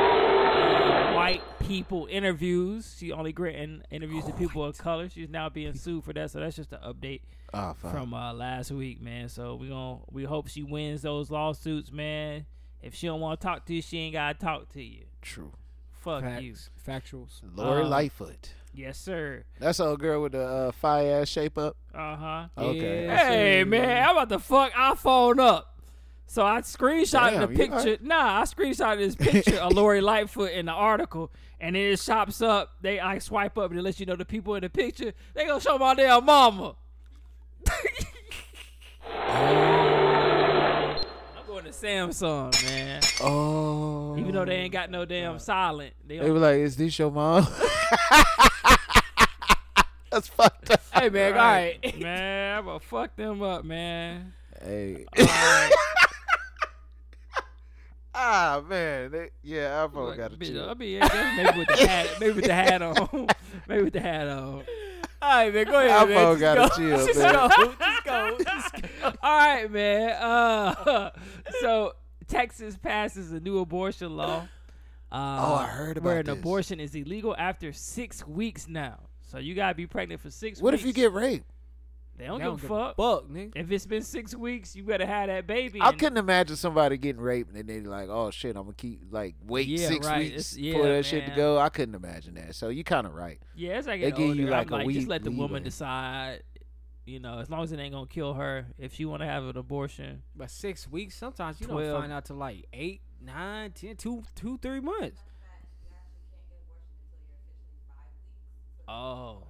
granting uh, white people interviews. She only granting interviews to people of color. She's now being sued for that. So that's just an update
Oh fuck.
from uh, last week, man. So we going we hope she wins those lawsuits, man. If she don't want to talk to you, she ain't gotta talk to you.
True.
Fuck you.
factuals.
Lori
Um,
Lightfoot.
Yes, sir.
That's the old girl with the uh, fire ass shape up.
Uh huh.
Okay.
Yeah.
Hey
sir.
man, I'm about to fuck iPhone up. So I screenshotted
Damn,
the
you
picture.
alright?
Nah, I screenshotted this picture of Lori Lightfoot in the article, and then it shops up. They I swipe up and it lets you know the people in the picture. They gonna show my damn mama. I'm going to Samsung, man.
Oh.
Even though they ain't got no
Oh,
damn silent, they.
They
Don't,
were like, "Is this your mom?" That's fucked up.
Hey man, all right.
man, I'm gonna fuck them up, man.
Hey. ah man, they, yeah, iPhone
Like,
got a
bitch,
chip.
I mean, yeah, maybe with the hat, maybe with the hat on, maybe with the hat on.
All right, man, go ahead. man. Just
iPhone got
go.
a chip,
Just
man.
go. Just go. Just go.
All right, man. Uh, so Texas passes a new abortion law. Uh,
Oh, I heard about
where an
this.
abortion is illegal after six weeks now. So you gotta be pregnant for six.
What
weeks.
if you get raped?
They don't,
They don't
give
give
a
a
fuck.
Fuck, nigga.
If it's been six weeks, you better have that baby.
I
and-
couldn't imagine somebody getting raped and then they like, "Oh shit, I'm gonna keep like wait
Yeah,
six
right.
weeks
It's- yeah,
for that shit to
man.
go." I couldn't imagine that. So you kind of right.
Yeah, it's like
They
an
give you
older.
like
I'm
a
like,
week
just let the woman
leeway.
decide. You know, as long as it ain't gonna kill her, if she wanna have an abortion.
But six weeks, sometimes you
Twelve.
don't find out till like eight, nine, ten, two, two, three months.
Oh.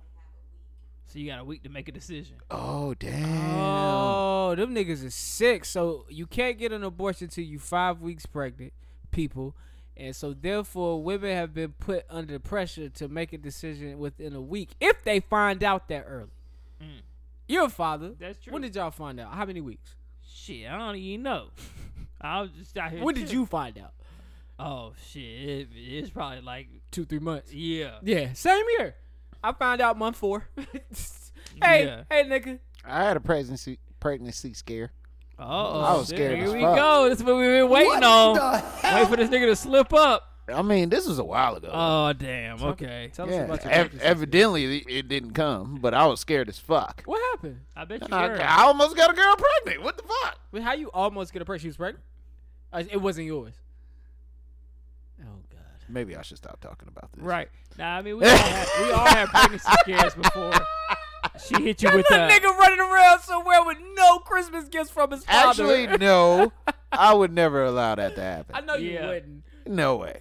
So you got a week to make a decision.
Oh damn.
Oh, them niggas is sick. So you can't get an abortion till you five weeks pregnant, people. And so therefore women have been put under pressure to make a decision within a week if they find out that early. Mm. You're a father.
That's true.
When did y'all find out? How many weeks?
Shit, I don't even know. I was just out here.
When did
chilling.
you find out?
Oh shit, it, it's probably like
Two, three months.
yeah.
Yeah, same year. I found out month four. hey,
Yeah.
hey, nigga.
I had a pregnancy pregnancy scare.
Oh,
I was scared
Here
as
we
fuck.
Oh,
go. This is what we've been waiting on. Wait for this nigga to slip up.
I mean, this was a while ago.
Oh damn. Okay.
Tell
yeah.
us about your
Ev-
pregnancy.
evidently, it- it didn't come, but I was scared as fuck.
What happened?
I bet you.
I,
were.
I almost got a girl pregnant. What the fuck?
Wait, how you almost get a pregnant? She was pregnant. Uh, it wasn't yours. Oh God.
Maybe I should stop talking about this.
Right. Nah, I mean we all had, we all had pregnancy scares before. She hit you with
There's a
the
nigga running around somewhere with no Christmas gifts from his father.
Actually, no. I would never allow that to happen.
I know
Yeah.
you wouldn't.
No way.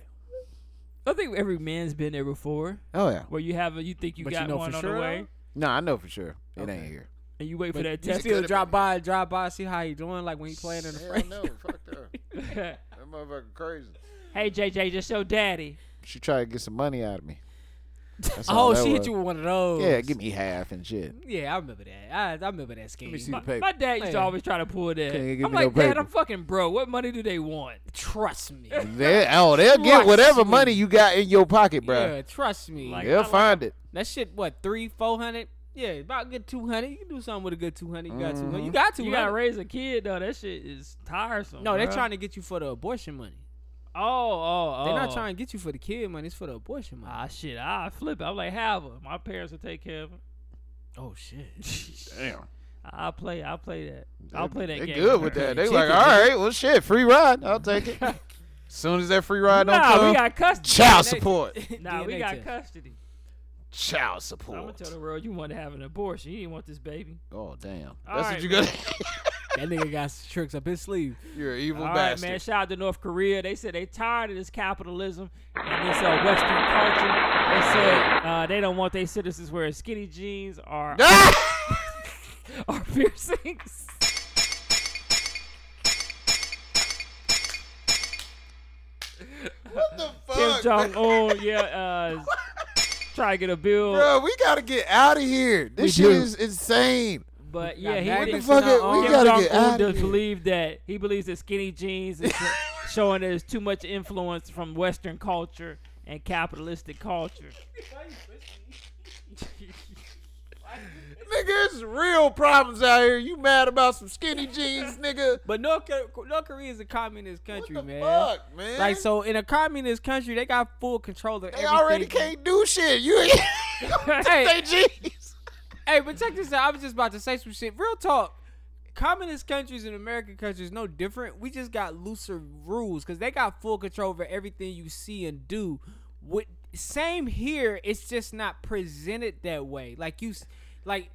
I think every man's been there before,
Oh yeah.
where you have a you think you
But you
got
know
one
for
on the
sure,
way,
No, I know for sure. It
Okay.
ain't here.
and you wait for
But
that
you
test.
still
could've
drop
been.
by, drive by, see how he doing. Like when he playing in the frame.
fuck that. That motherfucker crazy.
hey JJ, just show daddy.
She tried to get some money out of me. That's all
Oh,
that
she hit
was.
you with one of those.
Yeah, give me half and shit.
Yeah, I remember that. I, I remember that scheme.
see
My-
the paper.
My dad used to
Man.
always try to pull that.
Can't give
I'm
me
like,
no
Dad,
paper."
I'm fucking broke. What money do they want?
Trust me.
They, oh, they'll get
Trust
whatever
me.
money you got in your pocket,
yeah,
bruh.
trust me.
Like-
they'll
I
find it.
that shit, what three, four hundred? Yeah, about a good two hundred. You can do something with a good two hundred. You got two hundred. You got two
You Uh-huh. gotta
hundred.
raise a kid though. That shit is tiresome.
No, they're
bruh.
trying to get you for the abortion money.
Oh, oh, oh.
They're not trying to get you for the kid money. It's for the abortion money.
Ah, shit. I flip it. I'm like, have her. My parents will take care of her.
oh shit.
Damn.
I'll play. I'll play that. I'll play that
They
game.
good
with
with
her.
that. They like, all right, well, shit, free ride. I'll take it. As soon as that free ride don't
Nah, we
come,
got custody.
child support.
Nah, we
DNA
got
test.
custody.
child
I'm gonna
support.
tell the world you want to have an abortion. You didn't want this baby.
Oh, damn. That's
All
what
right,
you got.
That nigga got some tricks up his sleeve.
You're an evil
All right,
bastard.
man. Shout out to North Korea. They said they tired of this capitalism and this uh, Western culture. They said uh, they don't want their citizens wearing skinny jeans or or piercings.
what the
Kim
fuck?
Jong Un, yeah, uh, try to get a bill,
Bro, we gotta get out of here. This shit
do.
is insane.
Got
but yeah,
back
he did.
fixing
fuck
our
it, we
own-
Kim
gotta
Jong
get
Un
outta
does
here.
believe that he believes that skinny jeans is showing there's too much influence from Western culture and capitalistic culture.
Nigga, it's real problems out here. You mad about some skinny jeans, nigga?
But North, Ko- North Korea is a communist
What
country,
the
man.
fuck, man?
Like so, in a communist country, they got full control of
they already can't do shit. You ain't
Hey,
they jeans.
hey, but check this out. I was just about to say some shit. Real talk. Communist countries and American countries no different. We just got looser rules because they got full control over everything you see and do. With same here, it's just not presented that way. Like you, s- like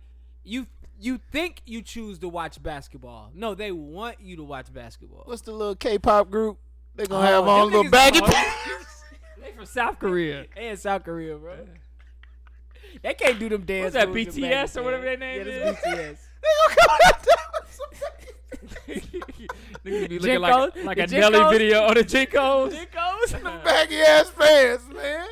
you, you think you choose to watch basketball. No, they want you to watch basketball.
What's the little K-pop group? They gonna
Oh,
have on
them
little
niggas-
baggy
oh,
pants.
They from South Korea.
And South Korea, bro. They can't do them dance.
that,
moves and
BTS or
back
whatever
and
their name
yeah, that's
is?
BTS.
They gonna come out there with some
Niggas
J.
be looking like,
Cole?
a- like
The
a
J.
Nelly
Coles?
video on the Jinkos.
baggy ass pants, man.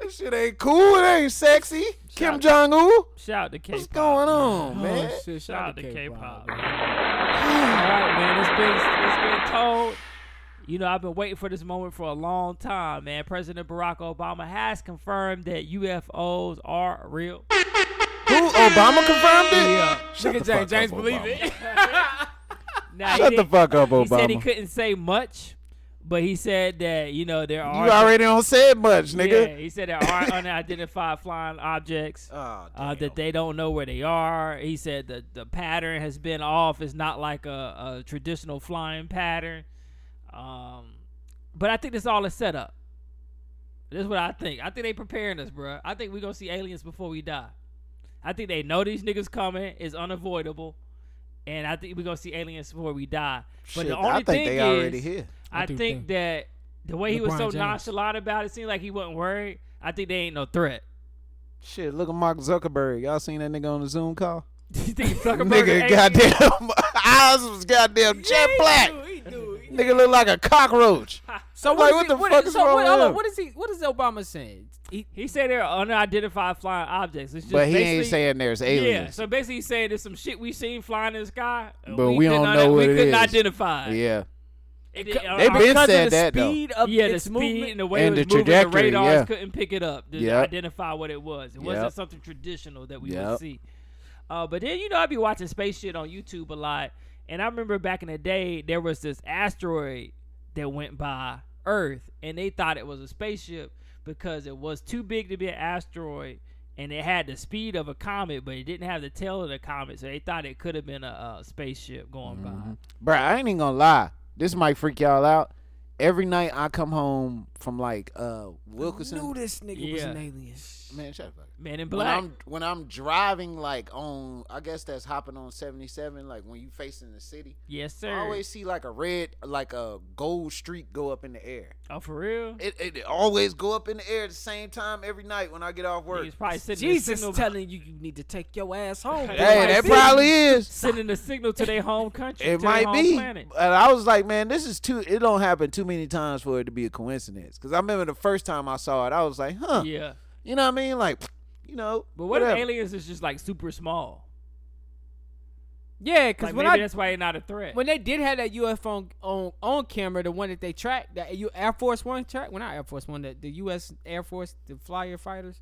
That shit ain't cool. It ain't sexy. Kim Jong Un.
Shout out to K-pop.
What's going on, man?
Oh, shit,
Shout out to
K-pop.
K-pop. All right, man. It's been it's been told. You know, I've been waiting for this moment for a long time, man. President Barack Obama has confirmed that UFOs are real.
Who Obama confirmed it?
Yeah.
Shut
Look
the
at
fuck
James. James
up,
believe
Obama.
it.
Now, he
Shut the
didn't-
fuck up,
He said he
Obama.
couldn't say much, but he said that you know there
you
are.
already don't said much,
Yeah,
nigga.
he said there are unidentified flying objects.
Oh,
uh, that they don't know where they are. He said the the pattern has been off. It's not like a, a traditional flying pattern. Um, but I think this all is set up. This is what I think. I think they preparing us, bruh. I think we're gonna see aliens before we die. I think they know these niggas coming is unavoidable, and I think we're gonna see aliens before we die. But
Shit,
the only
I think
thing
they
is,
already here.
I,
do think-
think, that the way he was
LeBron
so
James.
nonchalant about it seemed like he wasn't worried. I think they ain't no threat.
Shit, look at Mark Zuckerberg. Y'all seen that nigga on the Zoom call?
you think Zuckerberg
Nigga,
ain't-
goddamn eyes was goddamn jet black.
He do. He do.
Nigga look like a cockroach.
So
Like,
what, is
what the
he, what
fuck
is-
is
so
wrong
what,
with
hold on,
him?
What is he? What is Obama saying? He,
He said they're unidentified flying objects. It's just
But he ain't
basically-
saying there's
Yeah,
aliens.
so basically he's saying there's some shit we seen flying in the sky, and
But we
couldn't
don't
un-
know what
we
it
couldn't
is.
identify. it.
Yeah.
It-
co-
uh,
They
our-
been
because
said
of the
that, though.
speed of
yeah, the
its
speed
movement.
and the way
And
it was
the
moving, the
trajectory,
radars
yeah.
couldn't pick it up to
Yep.
identify what it was. It wasn't
Yep.
something traditional that we would
Yep.
see. Uh, but then you know I'd be watching space shit on YouTube a lot, and I remember back in the day there was this asteroid that went by Earth, and they thought it was a spaceship because it was too big to be an asteroid, and it had the speed of a comet, but it didn't have the tail of the comet, so they thought it could have been a, a spaceship going
Mm-hmm.
by.
Bruh, I ain't even gonna lie. This might freak y'all out. Every night I come home from like uh Wilkerson.
Knew this nigga was
Yeah.
an alien.
Man, shut the fuck up.
Man in
When
Black.
I'm when I'm driving like on I guess that's hopping on seventy seven, like when you facing the city.
yes, sir.
I always see like a red like a gold streak go up in the air.
oh, for real?
It, it always go up in the air at the same time every night when I get off work.
He's probably sending a
Jesus
signal,
telling you you need to take your ass home.
Hey,
Hey, that probably is.
sending a signal to their home country.
It
to their
might
home
be.
Planet.
And I was like, man, this is too. It don't happen too many times for it to be a coincidence. Because I remember the first time I saw it, I was like, huh,
Yeah.
You know what I mean? Like, you know.
But what
whatever.
if aliens is just like super small?
Yeah, because
Like
when
maybe
I
that's why you're not a threat.
when they did have that UFO on, on on camera, the one that they tracked, that U, Air Force One track, well not Air Force One, the, the U.S. Air Force, the flyer fighters,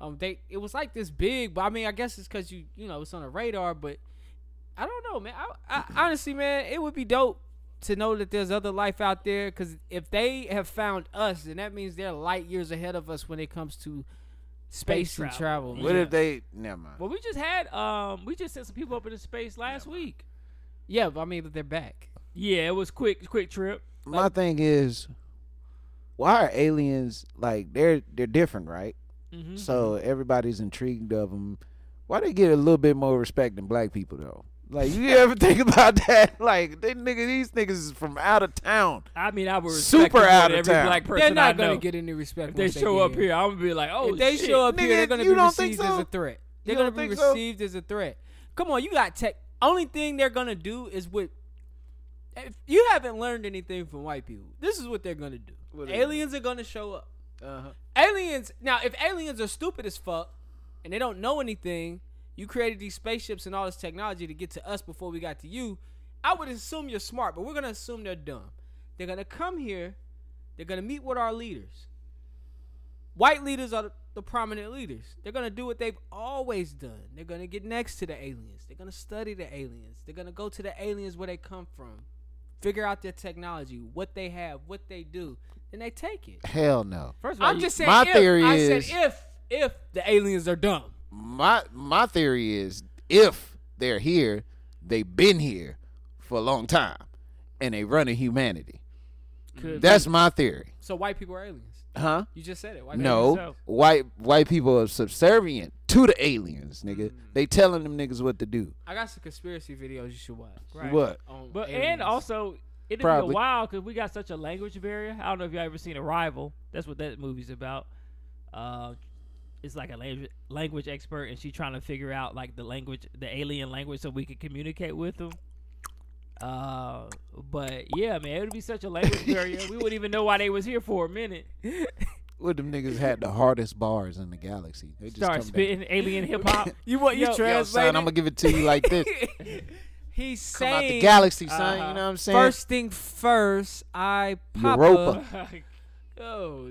um, they it was like this big, but I mean, I guess it's because you you know it's on a radar, but I don't know, man. I, I honestly, man, it would be dope to know that there's other life out there, because if they have found us, then that means they're light years ahead of us when it comes to space,
Space
and travel.
What
man.
if they? Never mind.
well, we just had um, we just sent some people up into space last week.
yeah, but I mean, but they're back.
Yeah, it was quick, quick trip.
My thing is, why are aliens like they're they're different, right?
Mm-hmm,
So everybody's intrigued of them. Why they get a little bit more respect than black people though? Like you ever think about that? Like they nigga, these niggas is from out of town.
I mean, I would
Super
respect them more
out
than
of
every
town.
black person
They're not
I know.
gonna get any respect.
if they
once
show
get
up here. I'm gonna be like, oh,
if they
shit.
show up here, they're
Nigga,
gonna
you
be
don't think
received as
so?
a threat. They're
You
gonna
don't
be
think so?
received as a threat. Come on, you got tech. Only thing they're gonna do is what. If you haven't learned anything from white people, this is what they're gonna do. aliens are gonna show up.
Uh-huh.
Aliens now, if aliens are stupid as fuck and they don't know anything, you created these spaceships and all this technology to get to us before we got to you. I would assume you're smart, but we're gonna assume they're dumb. They're gonna come here. They're gonna meet with our leaders white leaders are the, the prominent leaders. They're gonna do what they've always done. They're gonna get next to the aliens. They're gonna study the aliens. They're gonna go to the aliens where they come from, figure out their technology, what they have, what they do, then they take it.
Hell no.
First of all,
I'm
you-
just saying.
my
if,
theory
I
is-
said if if the aliens are dumb.
My my theory is if they're here, they've been here for a long time, and they running humanity.
Could
That's my theory,
so white people are aliens.
huh?
You just said it. White
No,
so.
white white people are subservient to the aliens, nigga. They telling them niggas what to do.
I got some conspiracy videos you should watch.
Right.
What?
On
But
aliens.
and also, it'd be a
Probably.
while because we got such a language barrier. I don't know if y'all ever seen Arrival. That's what that movie's about. Uh, it's like a language language expert, and she trying to figure out like the language, the alien language, so we could communicate with them. Uh, but yeah, man, it would be such a language barrier. We wouldn't even know why they was here for a minute.
What them niggas had the hardest bars in the galaxy. They just
Start
come down.
spitting alien hip hop.
you what you
Yo, yo, son,
Yo,
translate?
son, I'm gonna give it to you like this.
He's
Come
saying
out the galaxy, son.
Uh-huh.
You know what I'm saying?
First thing first, I pop
Europa.
Up. Oh,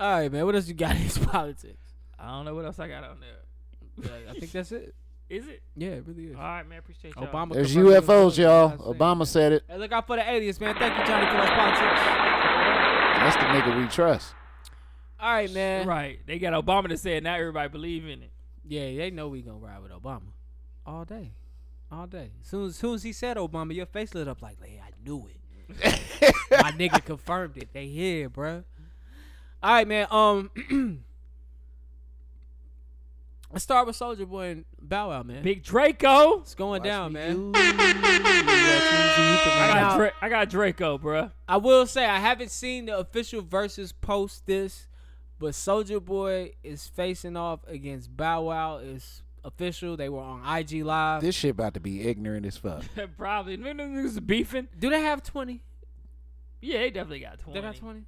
all right, man. What else you got in this politics?
I don't know what else I got on there.
I think that's it.
Is it?
Yeah, it really is.
All right, man. Appreciate y'all.
Obama.
There's
confirmed it
UFOs,
was
y'all.
us, I said.
Obama said it.
Hey, look out for the aliens, man. Thank you, Johnny, for those politics.
That's the nigga we trust.
All right, man.
Right. They got Obama to say it. Now everybody believe in it.
Yeah, they know we gonna ride with Obama all day, all day. Soon, soon as he said Obama, your face lit up like, "Hey, I knew it." My nigga confirmed it. They here, bruh. All right, man. Um, let's start with Soldier Boy and Bow Wow, man.
Big Draco.
it's going down, man.
I got,
Now-
Dra- I got Draco, bruh.
I will say I haven't seen the official versus post this, but Soldier Boy is facing off against Bow Wow. It's official. They were on IG Live.
This shit about to be ignorant as fuck.
Probably. Them Niggas beefing.
Do they have twenty?
Yeah, they definitely got 20.
They got twenty.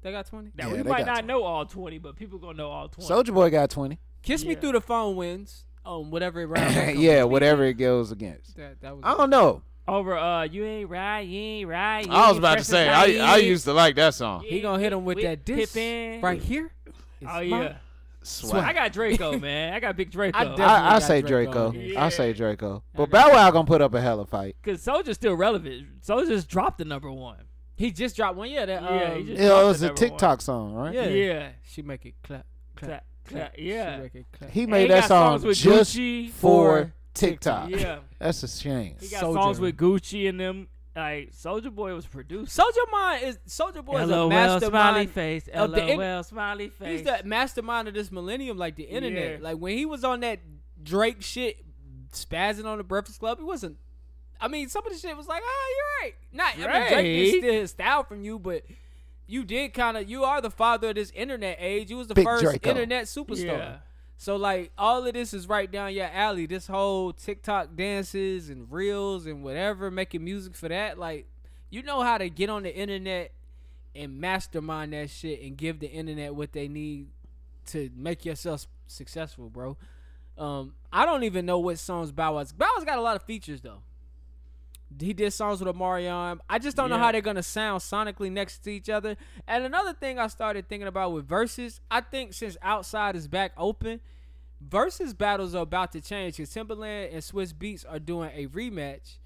They got twenty.
Now,
Yeah,
we
they
might
got
not
20.
know all 20, but people going to know all 20.
Soldier Boy got 20.
Kiss me
Yeah.
through the phone wins. Um, whatever it round. that
yeah,
comes.
whatever it goes against.
That, that was.
I don't know.
Over, uh, you ain't right, you ain't right. you
I was
ain't
about to
precious,
say, I, I
ain't-
used to like that song.
He gonna hit him with that disc
Pippin.
right here. It's
Oh,
mine.
yeah. I
Swag.
got Draco, man. I got Big Draco.
definitely-
I, I
got
say
Draco
Draco.
on here.
I say Draco.
got
But Bow Wow gonna put up a hell of a fight.
Because Soldier's still relevant. Soldier's dropped the number one.
He just dropped one. Yeah, that.
Yeah, he
um,
just-
Yeah,
dropped
it
the
was a
number one.
TikTok song, right?
Yeah.
Yeah.
She make it clap, clap,
Clap, clap,
She
yeah.
make it clap.
He
he
made
got
that song
songs with
just
Gucci.
for TikTok.
Yeah.
That's a shame.
He got
Soulja.
songs with Gucci and them. Like, Soldier Boy was produced.
Soldier Mind is Soldier Boy is a
LOL smiley
mastermind.
face. LOL
of the in-
smiley face.
He's the mastermind of this millennium, like the internet.
Yeah.
Like when he was on that Drake shit, spazzing on the Breakfast Club, he wasn't. I mean, some of the shit was like, oh, you're right. Not I mean, Drake is
Drake.
still his style from you, but you did kind of. You are the father of this internet age. You was the
Big
first
Draco.
internet superstar.
Yeah.
So like all of this is right down your alley. This whole TikTok dances and reels and whatever, making music for that. Like you know how to get on the internet and mastermind that shit and give the internet what they need to make yourself successful, bro. Um, I don't even know what songs Bow Wow's. Bow Wow's got a lot of features though. He did songs with Omarion. I just don't know
Yeah.
how they're gonna sound sonically next to each other. And another thing I started thinking about with verses, I think since outside is back open, versus battles are about to change because Timberland and Swiss Beats are doing a rematch.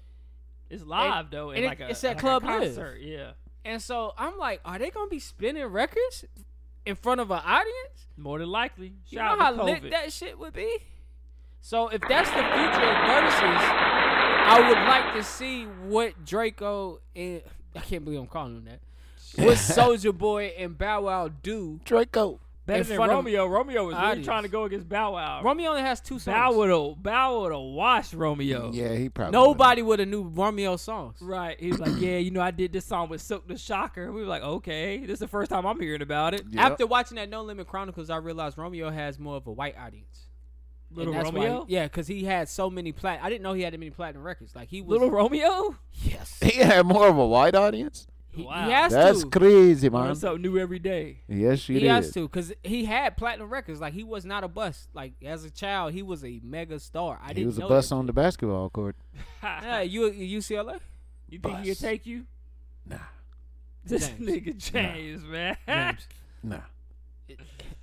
It's live though, and
and it-
like a,
it's at
like a
Club Live.
concert. Yeah,
And so I'm like, are they gonna be spinning records in front of an audience?
more than likely.
You
Shout
know
out to
how lit
COVID.
that shit would be? So if that's the future of verses, I would like to see what Draco and I can't believe I'm calling him that. What Soldier Boy and Bow Wow do.
Draco.
Better
in
than
front of
Romeo. Romeo was really
audience.
trying to go against Bow Wow.
Romeo only has two
Bow
songs.
would Bow would have washed Romeo.
Yeah, he probably.
Nobody would have knew Romeo songs.
Right. He was like, yeah, you know, I did this song with Silk the Shocker. We were like, okay, this is the first time I'm hearing about it.
Yep.
After watching that No Limit Chronicles, I realized Romeo has more of a white audience. And
Little
that's why-
Romeo.
yeah, because he had so many plat. I didn't know he had that many platinum records. Like he was
Little Romeo.
Yes.
He had more of a white audience.
He,
Wow.
he has
That's
to.
crazy, man.
Learn something new every day.
Yes,
he
it
has
is.
to because he had platinum records. Like he was not a bust. Like as a child, he was a mega star. I
He
didn't
was a
know
bus
that.
on the basketball court.
Yeah, you at UCLA?
You think he could
Bus.
take you?
Nah.
This
James.
nigga James, man.
James.
Nah.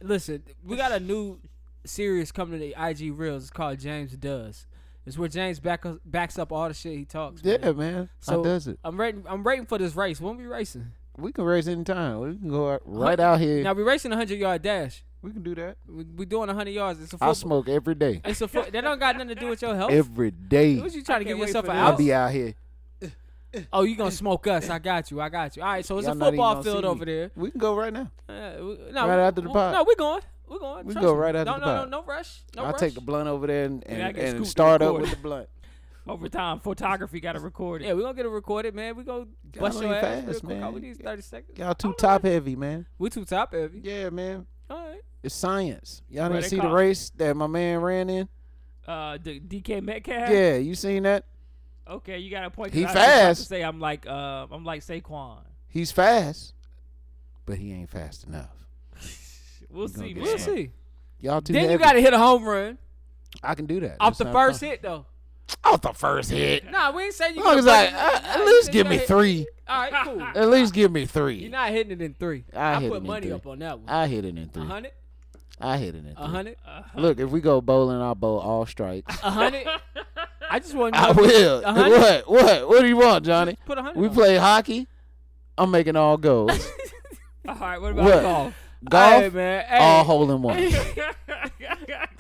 Listen, we got a new series coming to the IG Reels. It's called James Does. It's where James back, backs up all the shit he talks. man.
Yeah, man.
So
How does it?
I'm waiting. I'm waiting for this race. When we racing?
We can race any time. We can go out- right out here.
Now we racing a hundred yard dash.
we can do that.
We, we doing a hundred yards. It's a
I
football.
smoke every day.
It's a foot. That don't got nothing to do with your health.
Every day.
what you trying to give
can't wait
yourself
for
an
this.
I'll
out?
be out here.
Oh, you gonna smoke us? I got you. I got you. All right, so it's
Y'all
a
not even
football
gonna see
field
me.
over there.
We can go right now.
Uh, we- no,
Right
we-
after the
we-
pod.
No, we're going. We're going.
We
Trust
go
me.
right after
no, no,
the pod.
No, no rush. No
I'll
rush.
take the blunt over there and,
I
and,
can scoop
and
the
start up
recorder.
with the blunt.
Over time, photography got to record it.
Yeah, we're gonna get it recorded, man. We gonna bust
ain't
your ass
fast,
real quick.
man.
We need thirty seconds.
Y'all too top heavy, man.
We too top heavy.
Yeah, man.
All right.
It's science. Y'all
Bro,
didn't
they
see the
call-
race that my man ran in?
Uh, D- DK Metcalf.
Yeah, you seen that?
Okay, you got a point.
He
'cause I was about to
fast.
Say I'm like, uh, I'm like Saquon.
He's fast, but he ain't fast enough.
We'll
gonna
see, man.
get
We'll
Yeah.
see.
Y'all too
Then
heavy.
you gotta hit a home run
I can do that.
off
That's
the
not a
first
problem.
hit though.
Off the first hit.
Nah, we ain't saying you.
As long
gonna
as I,
break it.
I-
Nah,
at
you
least
just
give
gotta
me
hit-
three.
All right, cool.
At least give me
You're
three.
not hitting it in three.
I hit it
put
in
money
three.
up on that one.
I hit it in
A
three.
hundred,
I hit it in
a
three.
hundred,
Look, if we go bowling, I'll bowl all strikes.
a hundred. I just want to
I will.
A hundred.
What? What? What do you want, Johnny?
Just put a hundred
We
on
play hockey. I'm making all goals.
All right, what about
what?
golf?
Golf,
Hey, man. Hey.
all hole in one.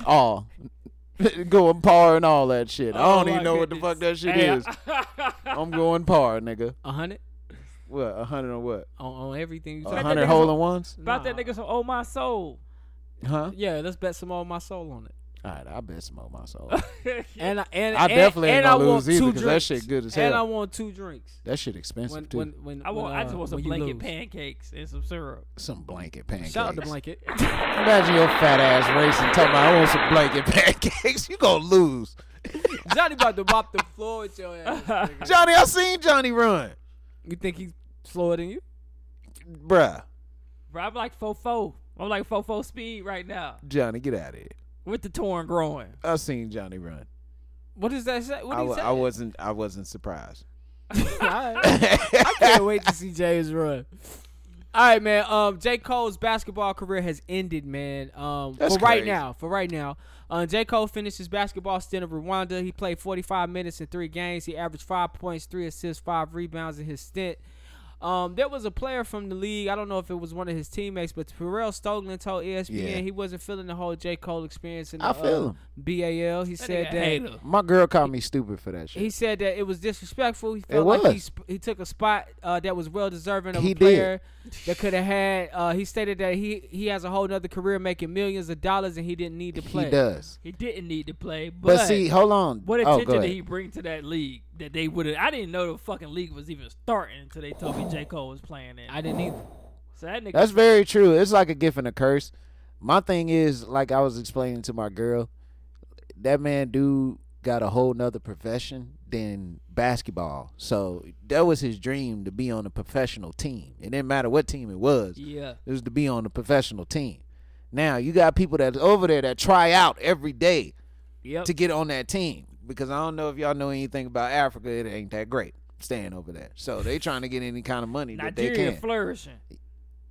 all. going par and all that shit. I
Oh,
don't even
my
know what the fuck
goodness.
that shit
Hey,
is. I'm going par, nigga.
a hundred
What? A hundred or what?
on, on everything. You
A
talking
hundred
nigga-
hole in ones?
about that
Nah.
nigga from Oh My Soul.
Huh?
Yeah, let's bet some all my soul on it.
All right, I bet smoke my soul.
And I and
I
and-
definitely ain't
and
gonna
I want
lose either,
two
'cause
drinks.
that shit good as
And I
hell.
want two drinks.
That shit expensive
When
too.
when when
I want.
when,
I
uh,
just want some
when you
blanket
lose.
pancakes and some syrup.
some blanket pancakes.
Shout out to blanket.
Imagine your fat ass racing talking about I want some blanket pancakes. You gonna lose.
Johnny about to mop the floor with your ass. nigga.
Johnny, I seen Johnny run.
You think he's slower than you?
Bruh.
Bro, I'm like fofo. I'm like fofo speed right now
Johnny, get out of here.
with the torn groin.
I seen Johnny run.
What does that say? What
I,
do you
wa-
say?
I wasn't I wasn't surprised.
I can't wait to see James run. All right, man. Um, J. Cole's basketball career has ended, man. Um,
That's
for right
crazy.
now, for right now, uh, J. Cole finished his basketball stint in Rwanda. He played 45 minutes in three games. He averaged five points, three assists, five rebounds in his stint. Um, there was a player from the league. I don't know if it was one of his teammates, but Terrell Stoglin told E ESPN
Yeah.
he wasn't feeling the whole J. Cole experience in the
I feel
uh,
him.
BAL. He said
nigga
that
hater.
My girl called me stupid for that shit.
he said that it was disrespectful. He felt like he,
was.
sp- he took a spot uh, that was well deserving of a
He did.
player that could have had. Uh, he stated that he he has a whole nother career making millions of dollars and he didn't need to play.
He does.
He didn't need to play, but,
But, see, hold on.
what
oh,
attention
go
did
ahead.
he bring to that league that they would have? I didn't know the fucking league was even starting until they told me J Cole was playing in.
I didn't either.
so that nigga,
That's very true. It's like a gift and a curse. My thing is, like I was explaining to my girl, that man dude got a whole nother profession than basketball. So that was his dream to be on a professional team. It didn't matter what team it was.
yeah,
It was to be on a professional team. Now you got people that's over there that try out every day
Yep.
to get on that team because I don't know if y'all know anything about Africa. It ain't that great staying over there, so they trying to get any kind of money that they
Nigeria
can.
flourishing.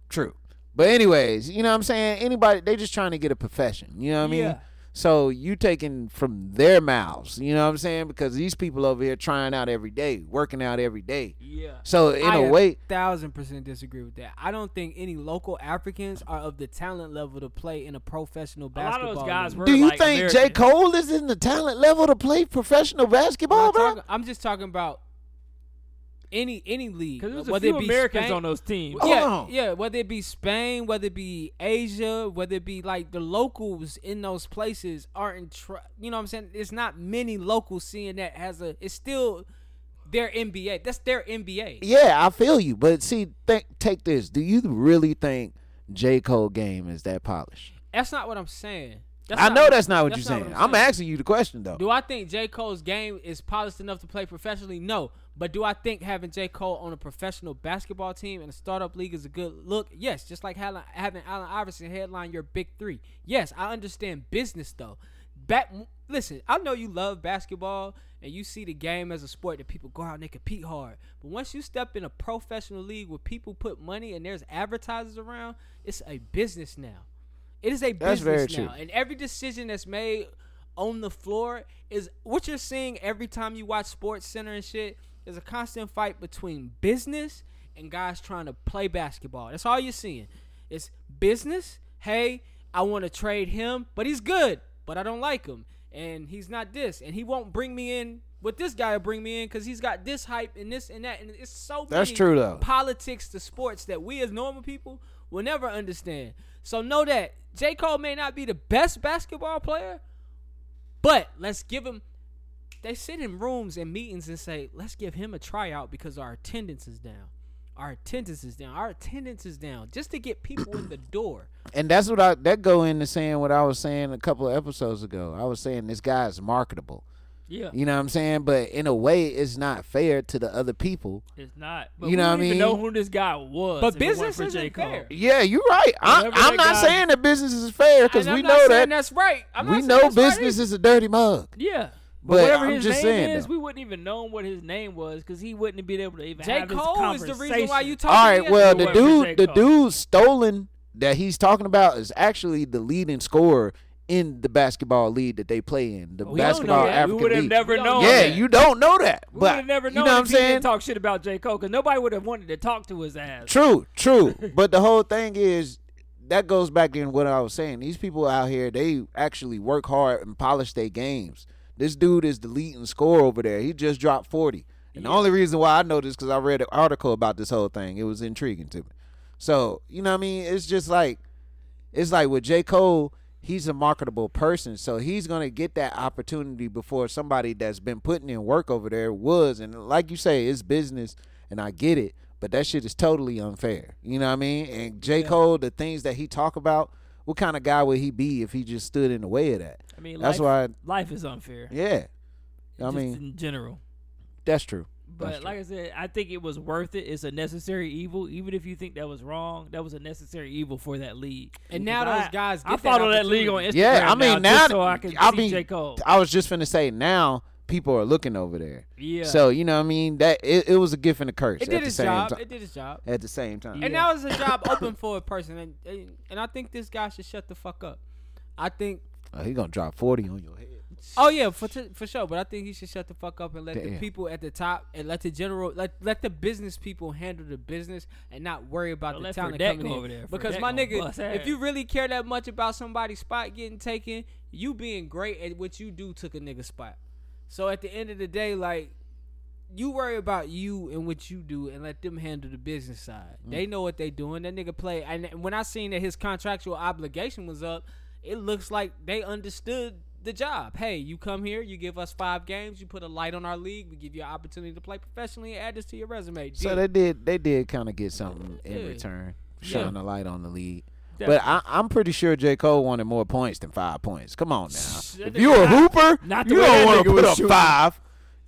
True. But anyways, you know what I'm saying? Anybody they just trying to get a profession. You know what I mean?
Yeah.
So you taking from their mouths, you know what I'm saying? Because these people over here trying out every day, working out every day.
Yeah.
So in
I
a way,
thousand percent disagree with that. I don't think any local Africans are of the talent level to play in a professional
A lot
basketball.
of those guys
league.
were
do you
like
think
American.
J. Cole is in the talent level to play professional
I'm,
basketball,
not
bro?
talking- I'm just talking about any any league.
Because there's a
whether
few
it be
Americans
Spain-
on those teams.
Hold
yeah,
on.
yeah. Whether it be Spain, whether it be Asia, whether it be like the locals in those places aren't. Tr- you know what I'm saying? It's not many locals seeing that has a. It's still their NBA. That's their NBA.
Yeah, I feel you. But see, think take this. Do you really think J. Cole game is that polished?
That's not what I'm saying. That's
I
not
know that's not what
that's
you're saying.
what
I'm asking you the question though.
Do I think J. Cole's game is polished enough to play professionally? No. But do I think having J. Cole on a professional basketball team in a startup league is a good look? Yes. Just like having having Allen Iverson headline your big three. Yes, I understand business though. Back, listen, I know you love basketball and you see the game as a sport that people go out and they compete hard. But once you step in a professional league where people put money and there's advertisers around, it's a business now. It is a
That's very
business now.
true.
And every decision that's made on the floor is what you're seeing every time you watch Sports Center and shit is a constant fight between business and guys trying to play basketball. That's all you're seeing. It's business. Hey, I want to trade him, but he's good, but I don't like him. And he's not this. And he won't bring me in what this guy will bring me in because he's got this hype and this and that. And it's so
That's
many
true, though.
politics to sports that we as normal people will never understand. So know that J. Cole may not be the best basketball player, but let's give him. They sit in rooms and meetings and say, let's give him a tryout because our attendance is down. Our attendance is down. Our attendance is down just to get people in the door.
and that's what I that go into saying what I was saying a couple of episodes ago. I was saying this guy's marketable.
Yeah.
You know what I'm saying? But in a way, it's not fair to the other people.
It's not. But
You
we
know what I
don't even
mean?
know who this guy was.
But
if it weren't
business
for J.
isn't
Cole.
fair.
Yeah, you're right. I,
Whatever that
I'm not
guy-
saying that business is fair because
And
we
I'm not
know
saying
that
that's right. I'm not
we
saying
know
that's right
business
either.
is a dirty mug.
Yeah. But,
But
whatever
I'm
his name
just saying,
is,
though.
we wouldn't even know what his name was because he wouldn't have been able to even
J.
have
Cole
this
is the reason why you
conversation.
talking.
All right, well the
Whoever J.
dude, the
Cole.
dude stolen that he's talking about is actually the leading scorer in the basketball league that they play in, the
We don't know that.
basketball
We
African
We would have
league.
never
We don't
known.
yeah,
that.
you don't know that,
We would
but
have never
you
known
know what I'm
if he
saying.
didn't talk shit about J. Cole because nobody would have wanted to talk to his ass.
True, true. but the whole thing is that goes back to what I was saying. These people out here, they actually work hard and polish their games. This dude is the leading scorer over there. He just dropped 40. And the only reason why I know this because I read an article about this whole thing. It was intriguing to me. So, you know what I mean? It's just like it's like with J. Cole, he's a marketable person. So he's gonna get that opportunity before somebody that's been putting in work over there was. And like you say, it's business and I get it, but that shit is totally unfair. You know what I mean? And J. Cole, the things that he talk about, what kind of guy would he be if he just stood in the way of that?
I mean,
That's
life,
why-
life is unfair.
Yeah. I
just
mean,
in general.
that's true.
But
That's true.
like I said, I think it was worth it. It's a necessary evil, even if you think that was wrong. That was a necessary evil for that league.
And now
Because
those guys
I
get that
follow that, league on Instagram.
opportunity.
yeah, I mean now,
just so I can see
mean,
J Cole.
I was just finna say now people are looking over there.
Yeah.
So you know what I mean that it, it was a gift and a curse.
It
at
did
the
its
same
job.
Time,
It did its job.
at the same time.
And
Yeah.
that was a job open for a person, and, and and I think this guy should shut the fuck up. I think,
Oh, he gonna drop forty on your head.
oh yeah, for t- for sure. But I think he should shut the fuck up and let the
Damn.
people at the top and let the general let let the business people handle the business and not worry about
Don't
the
let
talent
Fredette
coming
go
in.
over there.
Because
Fredette
my
gonna
nigga,
bust
if
ass.
you really care that much about somebody's spot getting taken, you being great at what you do took a nigga spot. So at the end of the day, like you worry about you and what you do and let them handle the business side. They know what they doing. That nigga play and when I seen that his contractual obligation was up, it looks like they understood the job. Hey, you come here, you give us five games, you put a light on our league, we give you an opportunity to play professionally and add this to your resume.
So
Deal.
they did. They did kind of get something in
Yeah.
return,
Yeah.
shine a light on the league. But I, I'm pretty sure J. Cole wanted more points than five points. Come on now, if you a hooper,
not the
you
way
don't
that
want
nigga
to put
was
up
shooting.
five.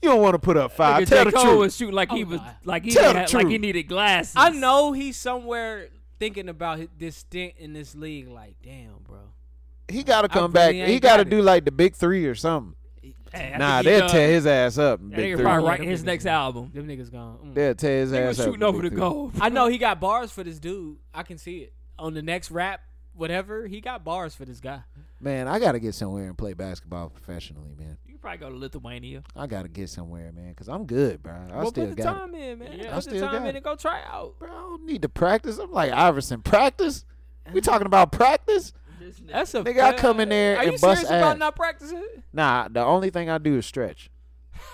You don't want to put up five.
Nigga,
Tell
J.
the
Cole
truth.
was shooting like he
Oh,
was
God.
like he
Tell the
had, like he
truth.
needed glasses.
I know he's somewhere thinking about hi- this stint in this league, like, damn, bro.
He got to come back.
really
He
ain't
got to
got it.
do like the big three or something.
Hey, I think
Nah,
he
they'll
uh,
done.
tear his ass up. in
I think
Big
he'll
three.
probably
right.
write his next album.
Them niggas gone. mm.
They'll tear his
He
ass
was
up. in
shooting over
Big
the
Three.
goal.
I know he got bars for this dude. I can see it on the next rap, whatever. He got bars for this guy.
Man, I got to get somewhere and play basketball professionally, man.
You could probably go to Lithuania.
I got to get somewhere, man, because I'm good, bro. I
Well,
still
put the
got it.
time in, man.
Yeah.
put
I
the
still
time
got
in
it.
and go try out.
Bro, I don't need to practice. I'm like Iverson. Practice?
Uh-huh.
We talking about practice?
That's a
Nigga, I come in there
Are
and
you
bust
serious about
ass.
not practicing?
Nah, the only thing I do is stretch.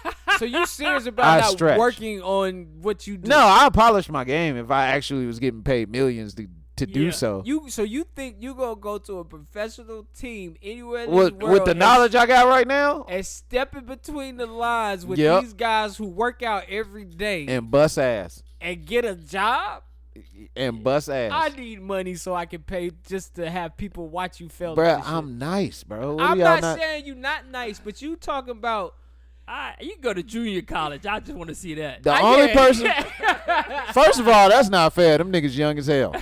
So you serious about
I
not
stretch.
working on what you do?
No, I polish my game if I actually was getting paid millions to, to do
Yeah.
so.
You so you think you gonna go to a professional team anywhere in
with,
this world
with the
and-
knowledge I got right now
and stepping between the lines with
Yep.
these guys who work out every day and,
and bust ass.
get a job?
And bust ass.
I need money so I can pay just to have people watch you fail. at
Bruh,
this shit.
I'm nice, bro. What
I'm
are y'all
not, saying you not nice, but you talking about
I, you can go to junior college. I just want to see that.
the
I-
only
yeah.
person. first of all, that's not fair. Them niggas young as hell.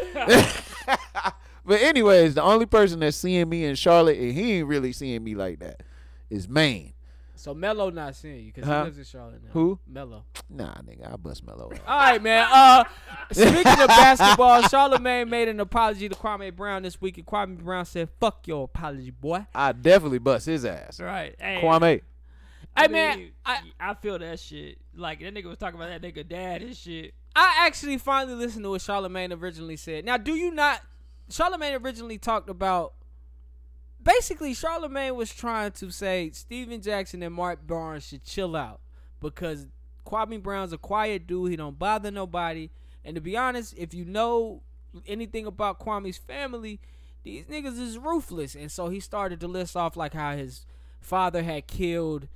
but anyways, the only person that's seeing me in Charlotte and he ain't really seeing me like that is Maine.
so Mello not seeing you because
Huh?
he lives in Charlotte now.
Who?
Mello.
Nah, nigga, I bust Melo. out.
All right, man. Uh, speaking of basketball, Charlemagne made an apology to Kwame Brown this week, and Kwame Brown said, "Fuck your apology, boy."
I definitely bust his ass.
right. Hey,
Kwame.
Hey, man,
mean,
I-
I feel that shit. Like that nigga was talking about that nigga dad and shit.
I actually finally listened to what Charlemagne originally said. Now, do you not? Charlemagne originally talked about. Basically, Charlemagne was trying to say Steven Jackson and Mark Barnes should chill out because Kwame Brown's a quiet dude. He don't bother nobody. And to be honest, if you know anything about Kwame's family, these niggas is ruthless. And so he started to list off like how his father had killed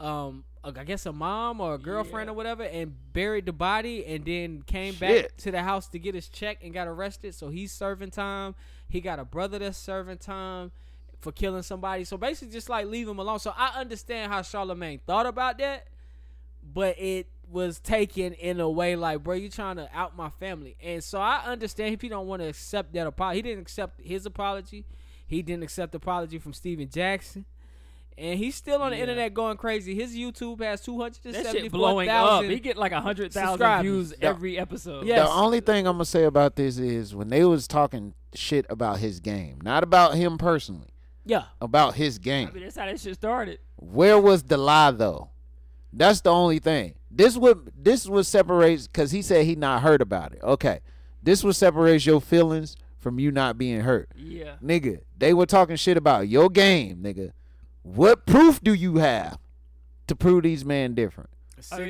um a- I guess a mom or a girlfriend or whatever and buried the body and then came back
Shit.
to the house to get his check and got arrested so he's serving time he got a brother that's serving time for killing somebody so basically just like leave him alone so I understand how Charlemagne thought about that but it was taken in a way like bro you trying to out my family and so I understand if he don't want to accept that apology he didn't accept his apology he didn't accept the apology from Steven Jackson and he's still on the internet going crazy. His YouTube has two hundred and
That shit
seventy-four
blowing up. He
thousand.
get like a hundred thousand
subscribers.
views every episode.
Yeah. Yes.
The only thing I'm gonna say about this is when they was talking shit about his game, not about him personally,
Yeah,
about his
I mean
game.
that's how that shit started.
Where was the lie though? That's the only thing. This would this what separates because he said he not hurt about it. Okay, this what separates your feelings from you not being hurt,
Yeah.
nigga. They were talking shit about your game, nigga. What proof do you have to prove these men different?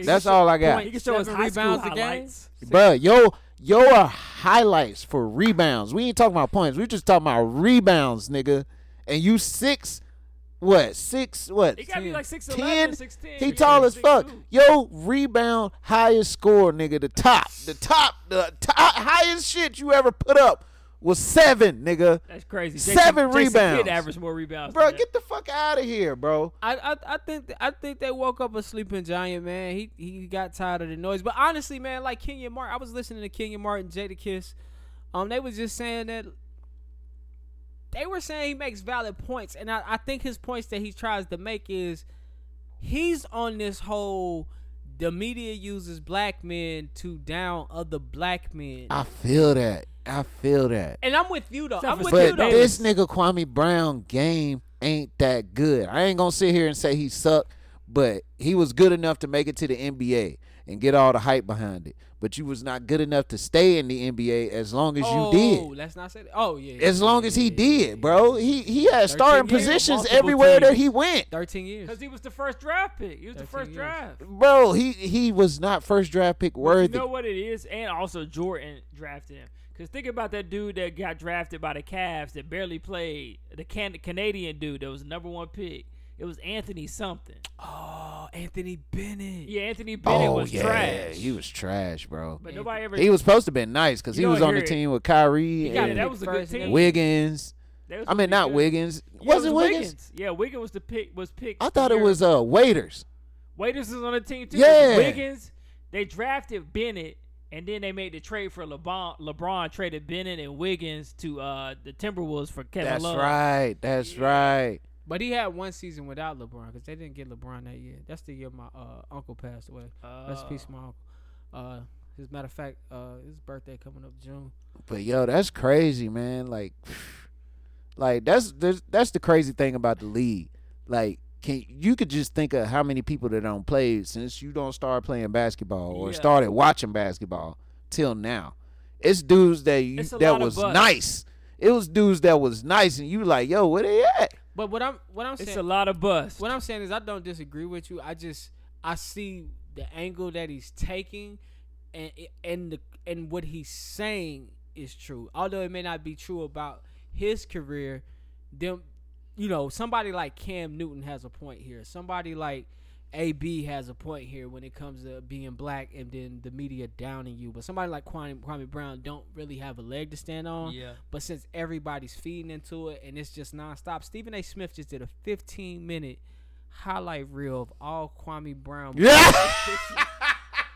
That's all I got.
He can show us
Seven
high school
rebounds a game?
highlights.
Bruh, yo, yo are highlights for rebounds. We ain't talking about points. We just talking about rebounds, nigga. And you six, what six, what
He gotta be like six
ten?
eleven, six ten.
He tall as fuck. Yo, rebound highest score, nigga. The top, the top, the top highest shit you ever put up was seven, nigga.
That's crazy.
Seven
Jason, Jason
rebounds.
Kidd averaged more rebounds.
Bro,
than that.
get the fuck out of here, bro.
I, I I think I think they woke up a sleeping giant, man. He he got tired of the noise. But honestly, man, like Kenya Martin, I was listening to Kenya Martin, Jada Kiss. Um, they was just saying that they were saying he makes valid points, and I, I think his points that he tries to make is he's on this whole the media uses black men to down other black men.
I feel that. I feel that.
And I'm with you though. I'm with you
But
though.
this nigga Kwame Brown game ain't that good. I ain't gonna sit here and say he sucked, but he was good enough to make it to the NBA and get all the hype behind it. But you was not good enough to stay in the NBA as long as
oh,
you did.
Let's not say that. Oh yeah. yeah,
As long as he did, bro. He he
13
had starting
years,
positions
multiple
everywhere that
teams.
he went.
Thirteen years.
Because he was the first draft pick. He was the
13
first
years.
draft.
Bro, he he was not first draft pick
But
worthy.
You know what it is, and also Jordan drafted him. Cause think about that dude that got drafted by the Cavs that barely played. The can- Canadian dude that was the number one pick. It was Anthony something.
Oh, Anthony Bennett.
Yeah, Anthony Bennett
oh
was
yeah,
trash.
he was trash, bro.
But nobody ever.
He was supposed to been nice because
You
he
know
was
what,
on the
here-
team with Kyrie
got
yeah,
it.
and
that was a good
First
team.
name.
Wiggins.
That was
I mean,
pretty
not
good.
Wiggins.
Yeah,
was it Wiggins?
Yeah, Wiggins was the pick. Was picked.
I thought it was uh waiters.
Waiters is on the team too.
Yeah.
Wiggins. They drafted Bennett. And then they made the trade for LeBron. LeBron traded Bennett and Wiggins to uh, the Timberwolves for Kevin
That's
Love.
right. That's right.
But he had one season without LeBron because they didn't get LeBron that year. That's the year my uh, uncle passed away. That's peace,
Oh.
my uncle. Uh, as a matter of fact, uh, his birthday coming up June.
But yo, that's crazy, man. Like, like that's that's that's the crazy thing about the league. Like, can you could just think of how many people that don't play since you don't start playing basketball or
Yeah.
started watching basketball till now. It's dudes that you
It's a
that
lot of
was
butts.
nice. It was dudes that was nice, and you like, yo, where they at?
But what I'm what I'm
It's
saying
a lot of busts.
what I'm saying is I don't disagree with you. I just I see the angle that he's taking, and and the and what he's saying is true. Although it may not be true about his career, them you know somebody like Cam Newton has a point here. Somebody like AB has a point here when it comes to being black and then the media downing you. But somebody like Kwame, Kwame Brown don't really have a leg to stand on.
Yeah.
But since everybody's feeding into it and it's just nonstop, Stephen A. Smith just did a 15 minute highlight reel of all Kwame Brown.
Yeah,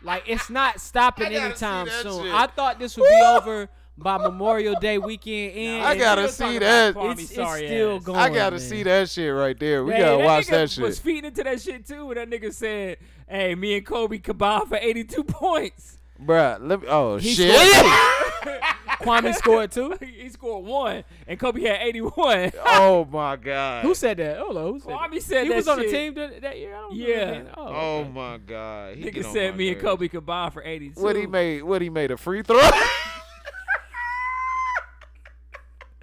Like it's not stopping
gotta
anytime
see that
soon.
shit.
I thought this would be over by Memorial Day weekend end.
I gotta
We're
see
talking
that.
about Kwame,
It's, it's
sorry
still
ass.
going.
I gotta
man.
see that shit right there. We
Hey,
gotta watch
nigga
that shit.
Was feeding into that shit too, and that nigga said, "Hey, me and Kobe combined for 82 points.
Bruh, let me, oh
He
shit.
Kwame scored too.
he scored one, and Kobe had 81."
oh my god.
Who said that? Hold on, who said that?
Kwame said
he
that
was on the
shit.
team that, that year. I don't remember
Yeah.
that. Oh,
Oh my god. He
Nigga
get on
said
my
me and
nerves.
Kobe combined for 82.
What he made? What he made a free throw?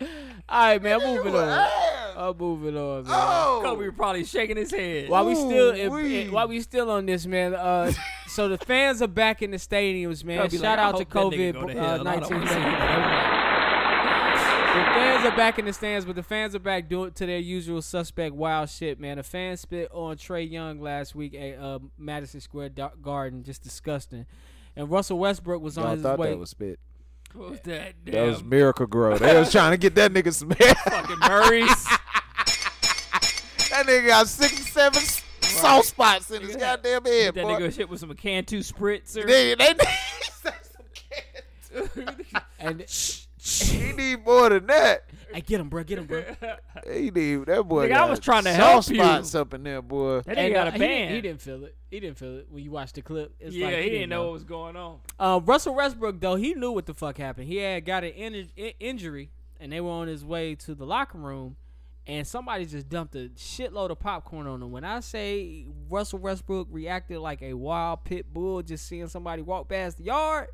all right, man. I'm moving on.
Oh.
I'm moving on, man.
Kobe was probably shaking his head.
While we still in,
Ooh-wee.
in- while we still on this, man. Uh, so the fans are back in the stadiums, man.
Kobe
Shout
like, "I
out to
hope that
COVID
nigga go to hell. I
uh,
don't
nineteen.
wanna see
The fans are back in the stands, but the fans are back doing to their usual suspect wild shit, man. A fan spit on Trey Young last week at uh, Madison Square Dar- Garden, just disgusting. And Russell Westbrook was on
I
his
thought
way.
that was spit.
What was that?
That was
Damn.
miracle grow. They was trying to get that nigga some hair.
fucking Murray's.
that nigga got sixty-seven s- soft spots in his goddamn head,
that
boy.
nigga shit with some Cantu spritzer.
They, they,
and
he need more than that.
hey, get him, bro, get him, bro.
He need that boy.
Nigga, I
got
was trying to help
soft
you.
spots up in there, boy.
That nigga
And,
got
uh,
a
he didn't-
band.
He, didn't feel it. He didn't feel it when you watch the clip. It's
yeah,
like,
he, didn't know what was going on.
Uh, Russell Westbrook though he knew what the fuck happened. He had got an in- in- injury, and they were on his way to the locker room, and somebody just dumped a shitload of popcorn on him. When I say Russell Westbrook reacted like a wild pit bull, just seeing somebody walk past the yard,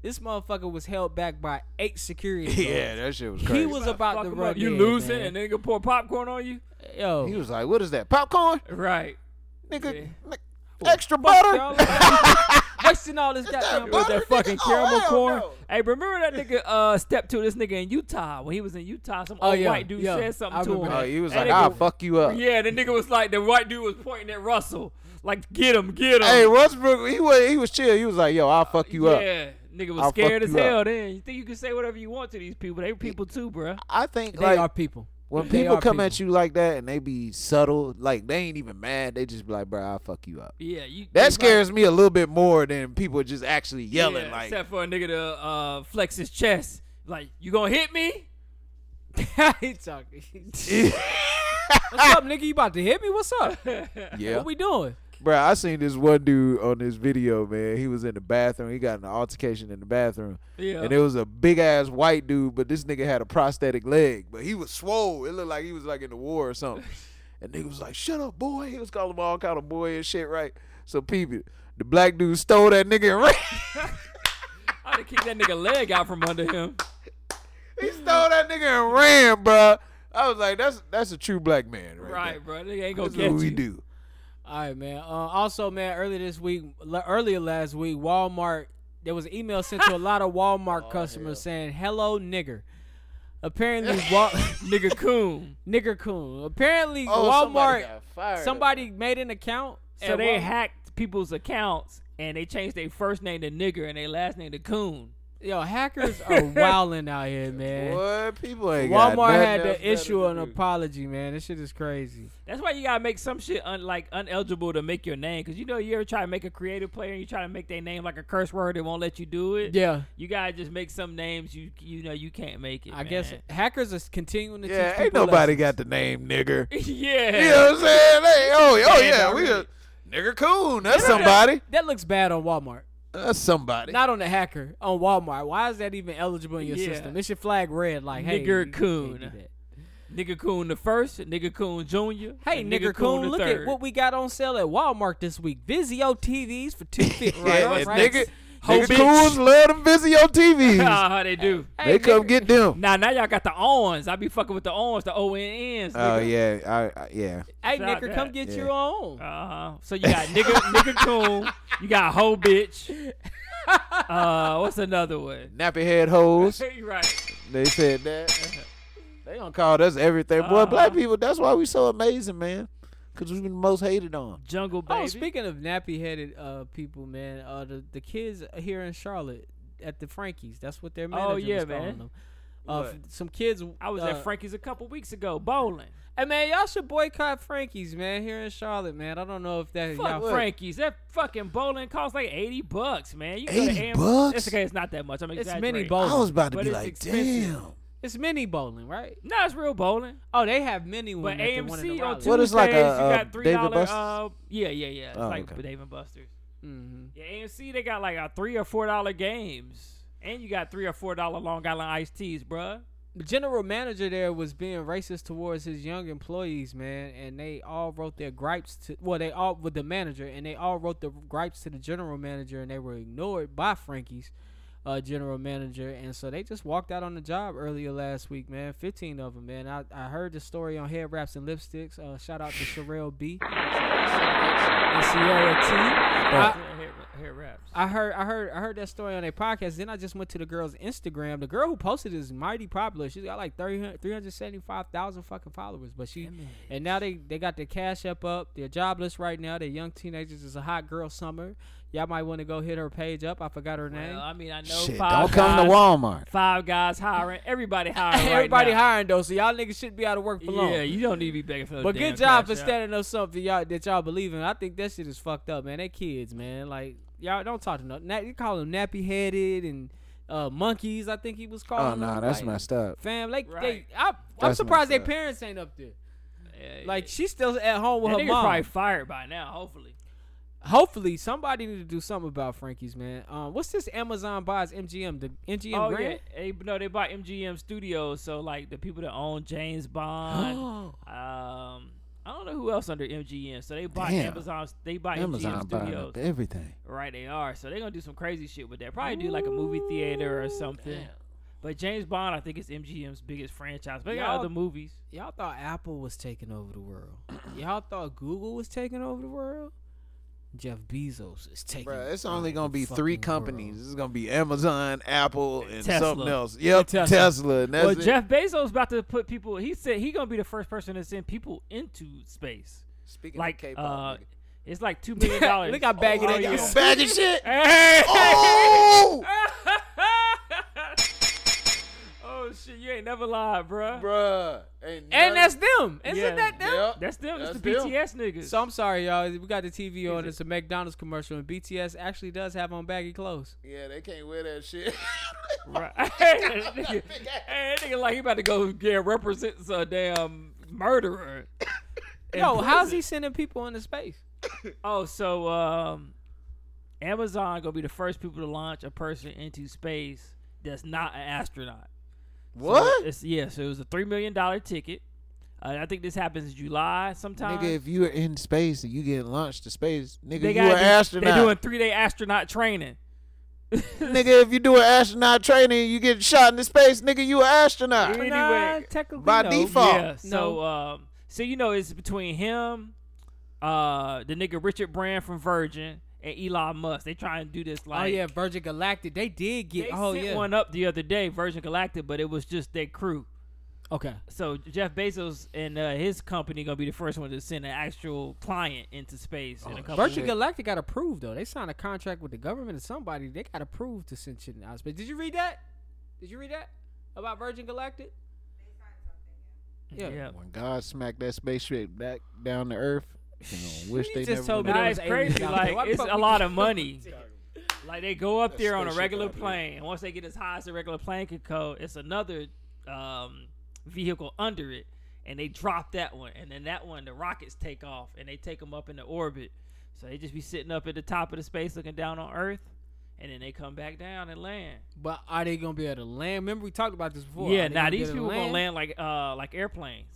this motherfucker was held back by eight security.
Yeah,
guards.
that shit was crazy.
he was about
Fuck
to
him
run.
up. You
in,
losing
man.
and nigga pour popcorn on you?
yo.
He was like, "What is that? Popcorn,
Right.
nigga?
Yeah.
Ni- Extra
Y'all
butter?"
like- wasting all this goddamn
butter,
With that
nigga?
fucking
Oh,
caramel
hell
corn.
no.
Hey, remember that nigga uh, stepped to this nigga in Utah when he was in Utah? Some
Oh,
old
yeah,
white dude
yeah.
said something
I
to him.
remember
Oh, he was
That
like,
nigga-
"I'll fuck you up."
Yeah, the nigga was like, the white dude was pointing at Russell, like, get him, get him.
Hey, Westbrook, he was he was chill. He was like, "Yo, I'll fuck you
yeah.
up."
nigga was
I'll fuck
scared as
you up.
hell. Then you think you can say whatever you want to these people? They people too, bruh.
I think
they
like
are people.
when
They
people
are
come at you like that and they be subtle, like they ain't even mad. They just be like, "Bro, I'll fuck you up."
Yeah, you.
That
you
scares me a little bit more than people just actually
right.
yelling.
Yeah,
like,
except for a nigga to uh, flex his chest, like, you gonna hit me?
he talking. What's up, nigga? You about to hit me? What's up?
yeah,
What we doing?
bro. I seen this one dude on this video, man. He was in the bathroom. He got in an altercation in the bathroom,
Yeah.
and it was a big ass white dude, but this nigga had a prosthetic leg, but he was swole. It looked like he was like in the war or something. And nigga was like, "Shut up, boy." He was calling him all kind of boy and shit, right? So people, the black dude stole that nigga and ran.
I'd have kicked that nigga leg out from under him.
He stole that nigga and ran, bruh. I was like, that's that's a true black man, right?
Right, bro. Nigga ain't gonna
That's what
get
we
you.
do.
All right, man. Uh, also, man, earlier this week, l- earlier last week, Walmart there was an email sent to a lot of Walmart
Oh,
customers saying "Hello, nigger." Apparently, Wal-
nigga coon.
nigger coon. Apparently,
Oh, somebody
Walmart
got fired.
somebody made an account.
So
at
they
Walmart.
hacked people's accounts and they changed their first name to nigger and their last name to coon.
Yo, hackers are wilding out here, man.
What people ain't got
Walmart
nothing
had
else
to
better
issue
to
an
do.
apology, man. This shit is crazy.
That's why you gotta make some shit un, like uneligible to make your name, cause you know you ever try to make a creative player and you try to make their name like a curse word, it won't let you do it.
Yeah,
You gotta just make some names you you know you can't make it.
I guess
man.
hackers are continuing to
Yeah,
teach
ain't
people
nobody
lessons.
got the name nigger.
yeah.
You know what I'm saying? Hey, oh, oh yeah, we
already.
a nigger coon. That's
You know,
somebody.
That, that looks bad on Walmart.
That's somebody.
Not on the hacker on Walmart. Why is that even eligible in your
Yeah.
system? It should flag red like hey,
Nigger
you can't
coon.
do that.
Nigga Coon the first, Nigga Coon Junior.
Hey,
and
nigger coon,
the
look
third.
at what we got on sale at Walmart this week. Vizio TVs for two fifty.
yeah,
right,
and
right.
nigger,
Ho
nigger
bitch.
coons love them Vizio TVs.
Ah, they do.
Hey,
they come
nigger-
get them.
Now, now y'all got the ons. I be fucking with the ons, the O N Ns.
Oh yeah, I, I yeah.
Hey,
Shout
nigger, come
out.
get
Yeah.
your own.
Uh huh. So you got nigga, nigga coon. You got hoe bitch. Uh, what's another one?
Nappy head hoes.
Hey, right.
They said that. They don't call us everything, boy.
Uh-huh.
Black people. That's why we so amazing, man. Cause we've been the most hated on.
Jungle baby.
Oh, speaking of nappy-headed uh, people, man, uh, the the kids here in Charlotte at the Frankies, that's what their manager
Oh, yeah,
was
man.
calling them. Uh, f- some kids.
I was
uh,
at Frankie's a couple weeks ago bowling.
Hey man, y'all should boycott Frankie's, man, here in Charlotte, man. I don't know if that
Fuck
y'all.
Frankie's. That fucking bowling costs like eighty bucks, man. You go
80
to AM-
bucks?
It's okay. It's not that much. I'm
It's
exaggerating.
mini
I
bowling.
was about to
But
be
it's
like,
expensive.
damn.
It's mini bowling, right?
No, it's real bowling.
Oh, they have mini one.
But
at the one in
AMC
the
on
Raleigh.
Tuesdays,
What is like
you
a, uh,
got three
Dave and
dollar.
Buster's?
Uh, yeah, yeah, yeah. It's
Oh,
like
okay.
Dave and Buster's.
Mhm.
Yeah, AMC they got like a three or four dollar games, and you got three or four dollar Long Island iced teas, bruh.
The general manager there was being racist towards his young employees, man, and they all wrote their gripes to well, they all with the manager, and they all wrote the gripes to the general manager, and they were ignored by Frankie's uh, general manager, and so they just walked out on the job earlier last week, man. Fifteen of them, man. I, I heard the story on Head Wraps and Lipsticks. Uh, shout out to Sherelle B and Sierra T. I-
Yeah, hair, hair wraps.
I heard I heard I heard that story on their podcast. Then I just went to the girl's Instagram. The girl who posted is mighty popular. She's got like 300 375,000 fucking followers. But she and now they they got their cash up up. They're jobless right now. They're young teenagers. It's a hot girl summer. Y'all might want to go hit her page up. I forgot her name.
Well, I mean, I know
Shit,
five
don't come to
guys-
Walmart.
Five guys hiring. Everybody hiring. right
Everybody
now.
hiring though, so y'all niggas shouldn't be out of work for long.
Yeah, you don't need to be begging for. no
But
damn
good job for
cash out.
standing up something y'all that y'all believe in. I think that shit is fucked up, man. They kids, man. Like y'all don't talk to no. Na- you call them nappy headed and uh, monkeys. I think he was calling.
Oh no, that's
Uh-huh. like,
messed up.
Fam, like
Right.
they, I, I'm
That's
surprised their
messed up.
parents ain't up there.
Yeah,
Like
yeah.
she's still at home with
that
her
nigga's
mom.
probably fired by now. Hopefully,
Hopefully, somebody need to do something about Frankie's, man. Um, what's this Amazon buys MGM? The MGM
oh
grant.
yeah, they, no, they bought MGM Studios, so like the people that own James Bond,
Oh.
um I don't know who else under MGM. So they bought
Damn.
Amazon. They bought
Amazon
MGM
buying
Studios.
up everything.
Right, they are. So they're gonna do some crazy shit with that. Probably do like a movie theater or something. But James Bond, I think, is MGM's biggest franchise. But they got
Y'all-
other movies.
Y'all thought Apple was taking over the world. Y'all thought Google was taking over the world. Jeff Bezos is taking.
Bruh, it's
over
only gonna
the
be
fucking
three
world.
companies. It's gonna be Amazon, Apple, and
Tesla.
something else. Yep,
Tesla.
Tesla. and that's
well,
it.
Jeff Bezos about to put people. He said he gonna be the first person to send people into space.
Speaking
Like,
of
uh,
K-pop,
it's like two million dollars.
Look how baggy
Oh,
they
nigga.
got.
you
yeah.
bag of shit.
Hey!
Oh,
oh shit! You ain't never lied, bruh.
bruh, Ain't
And
none-
that's them. Isn't
Yeah.
that them?
Yep,
That's them. it's the
that's them.
BTS niggas.
So I'm sorry, y'all. We got the TV on.
it-
It's a McDonald's commercial, and BTS actually does have on baggy clothes.
Yeah, they can't wear that shit.
Right. hey, that nigga, hey, that nigga like he about to go get represents a damn murderer. in
Yo, how's
prison.
he sending people into space?
Oh, so um, Amazon gonna be the first people to launch a person into space that's not an astronaut. So
what?
it's, yeah, so it was a three million dollar ticket. Uh, I think this happens July sometime.
Nigga, if you were in space and you get launched to space, nigga,
they
you an
got
astronaut.
They're doing three day astronaut training.
nigga, if you do an astronaut training, you get shot into space, nigga, you an astronaut.
Anyway,
Nah, technically,
by
Oh, no.
default.
Yeah.
Fuck.
So um, so you know it's between him, uh, the nigga Richard Brand from Virgin and Elon Musk. They trying to do this
Oh
like
yeah, Virgin Galactic. They did get.
They
oh
sent
yeah.
one up the other day, Virgin Galactic, but it was just their crew.
Okay.
So Jeff Bezos and uh, his company gonna be the first one to send an actual client into space in a couple.
Virgin
years.
Galactic got approved though. They signed a contract with the government or somebody. They got approved to send shit in outer space. Did you read that? Did you read that about Virgin Galactic? Yeah.
Yeah.
When God smacked that spaceship back down to Earth, you know, wish
You
they
just
never
told me
would've-
that
Nah,
was
it's
aliens
crazy.
out there.
Like
Why the
it's
fuck
a
we
lot
keep
of money. Like they go up there on a
spaceship
regular
out there.
plane, and once they get as high as a regular plane could go, it's another um, vehicle under it, and they drop that one, and then that one, the rockets take off, and they take them up into orbit. So they just be sitting up at the top of the space, looking down on Earth, and then they come back down and land.
But are they gonna be able to land? Remember we talked about this before.
yeah,
Are they
now
gonna be
these
able to
people gonna land like uh like airplanes.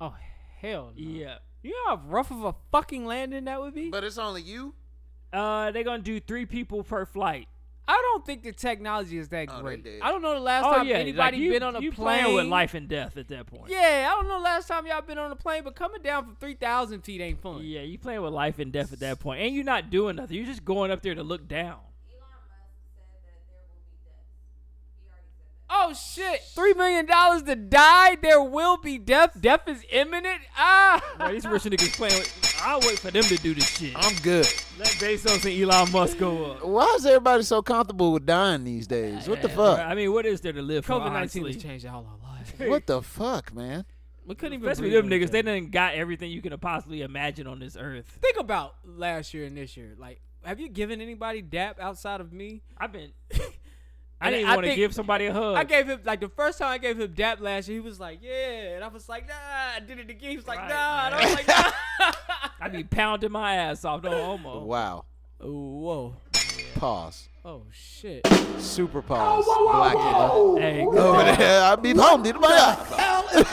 Oh hell no.
Yeah.
You know how rough of a fucking landing that would be?
But it's only you.
Uh, they gonna do three people per flight.
I don't think the technology is that
Oh, they
great.
did.
I don't know the last
oh
time
yeah, like,
anybody
you-
been on a
you
plane
playing with life and death at that point.
Yeah, I don't know the last time y'all been on a plane, but coming down from three thousand feet ain't fun.
Yeah, you playing with life and death at that point, and you're not doing nothing. You're just going up there to look down.
Oh shit! Three million dollars to die. There will be death. Death is imminent.
Bro,
Ah.
these rich niggas playing. With, I wait for them to do this shit.
I'm good.
Let Bezos and Elon Musk go up.
Why is everybody so comfortable with dying these days? What the fuck?
I mean, what is there to live for?
COVID nineteen
honestly?
has changed all our lives.
What the fuck, man?
We couldn't even.
Especially
breathe
them
on each
niggas. They
other.
done got everything you can possibly imagine on this earth.
think about last year and this year. Like, have you given anybody dap outside of me?
I've been. I
And
didn't
I
want to
think-
give somebody a hug.
I gave him like the first time I gave him dap last year. He was like, "Yeah," and I was like, "Nah." I did it again. He was like,
Right,
"Nah," and I
man.
was like, "Nah."
I be pounding my ass off. No homo.
Wow.
Whoa!
Pause.
Oh shit!
Super pause. Black it up.
Hey,
Over there, I be pounded by us.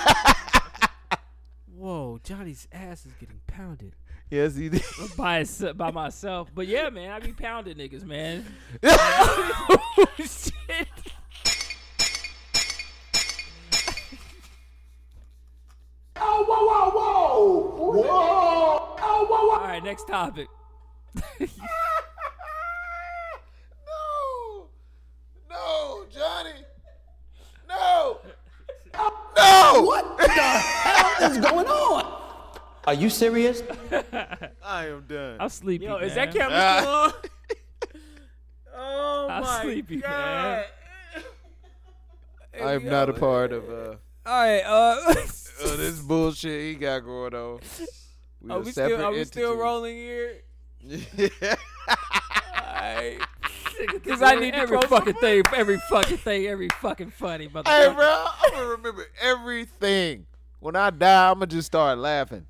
Whoa! Johnny's ass is getting pounded.
Yes, he did.
by s- by myself. But yeah, man, I be pounding niggas, man.
shit!
All right, next topic.
No! No, Johnny! No! No! What the hell is going on?
Are you serious?
I am done.
I'm sleepy.
Yo, is
man.
that camera
Ah.
still on? oh
I'm
my
sleepy,
god!
man.
I am not a part of uh,
All right, uh,
uh, this bullshit he got going on. We
are
a
we
separate
still are we still
entity.
rolling here?
Alright.
Cause I need to
every
close
fucking thing, every fucking thing, every fucking funny
hey,
motherfucker.
bro, I'm gonna remember everything. When I die, I'm gonna just start laughing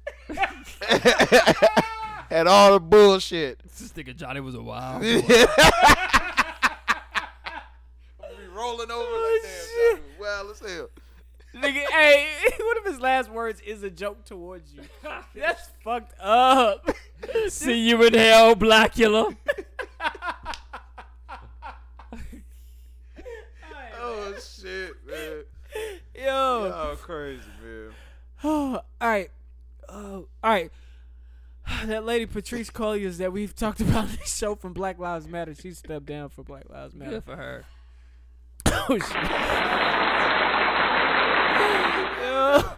at all the bullshit.
This nigga Johnny was a wild.
I'm gonna be rolling over like that. Johnny. Well, as hell.
Nigga, hey, one of his last words is a joke towards you. That's fucked up.
See you in hell, Blackula.
Oh shit, man.
Yo.
Oh crazy, man.
Uh, all right. Oh, all right. That lady Patrice Colliers that we've talked about on this show from Black Lives Matter, she stepped down for Black Lives Matter.
Good for her.
Oh shit. Yo.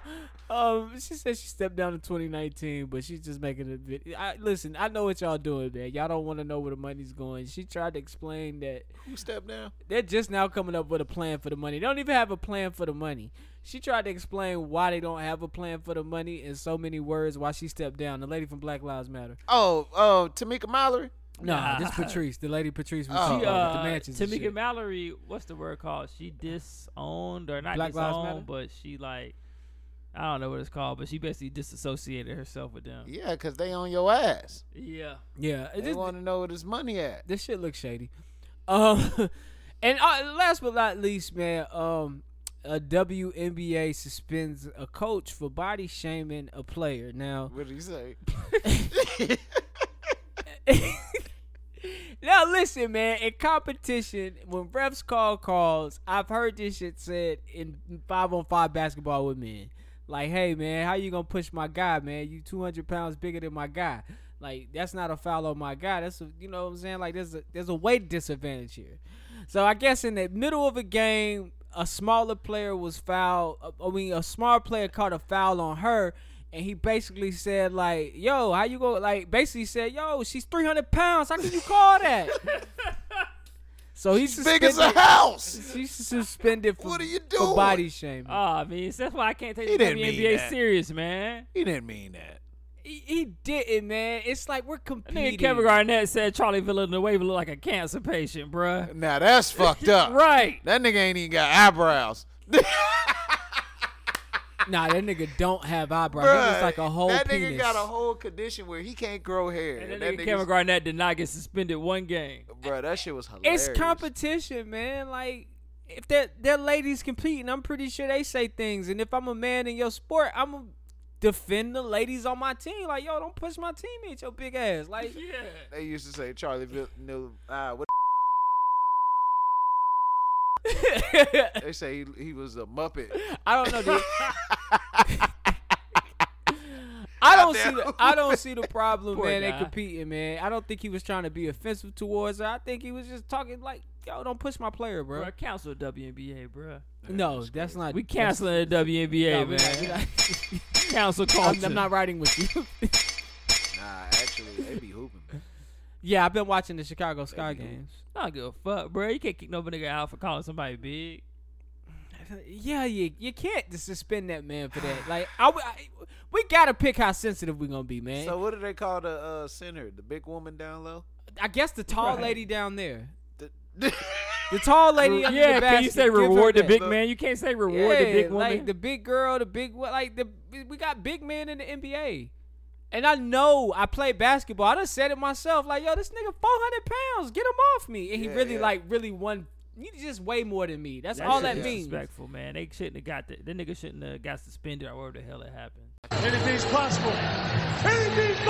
Um, she said she stepped down in 2019, but she's just making a video. I, listen, I know what y'all doing, man. Y'all don't want to know where the money's going. She tried to explain that
Who stepped down?
they're just now coming up with a plan for the money. They don't even have a plan for the money. She tried to explain why they don't have a plan for the money in so many words why she stepped down. The lady from Black Lives Matter.
Oh, oh, Tamika Mallory.
No,
Nah.
this Patrice, the lady Patrice was
Oh.
oh,
She,
the
Uh,
mansions. and
Tamika
shit.
Mallory, what's the word called? She disowned or not
Black Lives Matter?
disowned, but she like I don't know what it's called, but she basically disassociated herself with them.
Yeah, cause they on your ass.
Yeah.
yeah, it
They
just,
want to know where this money at.
this shit looks shady. Um, and uh, last but not least, man, um, a WNBA suspends a coach for body shaming a player. Now,
What do you say?
now listen, man. In competition, when refs call calls, I've heard this shit said in five on five basketball with men. Like, hey man, how you gonna push my guy, man? You two hundred pounds bigger than my guy. Like, that's not a foul on my guy. That's a, you know what I'm saying. Like, there's a there's a weight disadvantage here. So I guess in the middle of a game, a smaller player was fouled. I mean, a small player caught a foul on her, and he basically said like, "Yo, how you go?" Like, basically said, "Yo, she's three hundred pounds. How can you call that?" so he's
Big as
suspended.
a house.
She's suspended for,
What are you
for
doing?
body shaming.
Oh, man, that's why I can't take
He
the
didn't mean
NBA
that.
serious, man.
He didn't mean that.
he, he didn't, man. It's like we're
That nigga
competing.
Kevin Garnett said Charlie Villanueva looked like a cancer patient, bruh.
Now that's fucked up.
Right.
That nigga ain't even got eyebrows.
Nah, that nigga don't have eyebrows. He looks
Bruh,
like a whole
that
penis.
nigga got a whole condition where he can't grow hair.
And
And
that nigga Kevin
nigga's-
Garnett did not get suspended one game.
Bruh, that shit was hilarious.
it's competition, man. Like if that that ladies competing, I'm pretty sure they say things. And if I'm a man in your sport, I'm gonna defend the ladies on my team. Like yo, don't push my teammates, your big ass. Like
They used to say Charlie Villanueva. Uh, what they say he, he was a muppet.
I don't know. Dude. I don't see
Goddamn.
the I don't see the problem,
Poor
man. They
guy.
competing, man. I don't think he was trying to be offensive towards her. I think he was just talking like, "Yo, don't push my player, bro."
Bruh, cancel WNBA, bruh.
no, that's not.
We
that's-
canceling the
no,
WNBA, man.
man.
cancel
I'm,
culture.
I'm not riding with you.
Nah, actually, they be hooping. Man.
yeah, I've been watching the Chicago Sky games.
I don't give a fuck, bruh. You can't kick no nigga out for calling somebody big.
Yeah, you you can't just suspend that man for that. Like, I, w- I- we gotta pick how sensitive we're gonna be, man.
So what do they call the uh, center? The big woman down low.
I guess the tall
Right.
lady down there,
The-
the tall lady. under the
yeah, can you
basket,
say
give her
reward the
that.
big man? You can't say reward the big woman.
Like the big girl, the big what? Like the we got big men in the NBA. And I know I play basketball. I done said it myself. Like, yo, this nigga 400 pounds. Get him off me. And he
Yeah,
really,
yeah.
like, really won. You just way more than me. That's
That
all
shit
that
is
means.
Disrespectful, man. They shouldn't have got that. That nigga shouldn't have got suspended or whatever the hell it happened.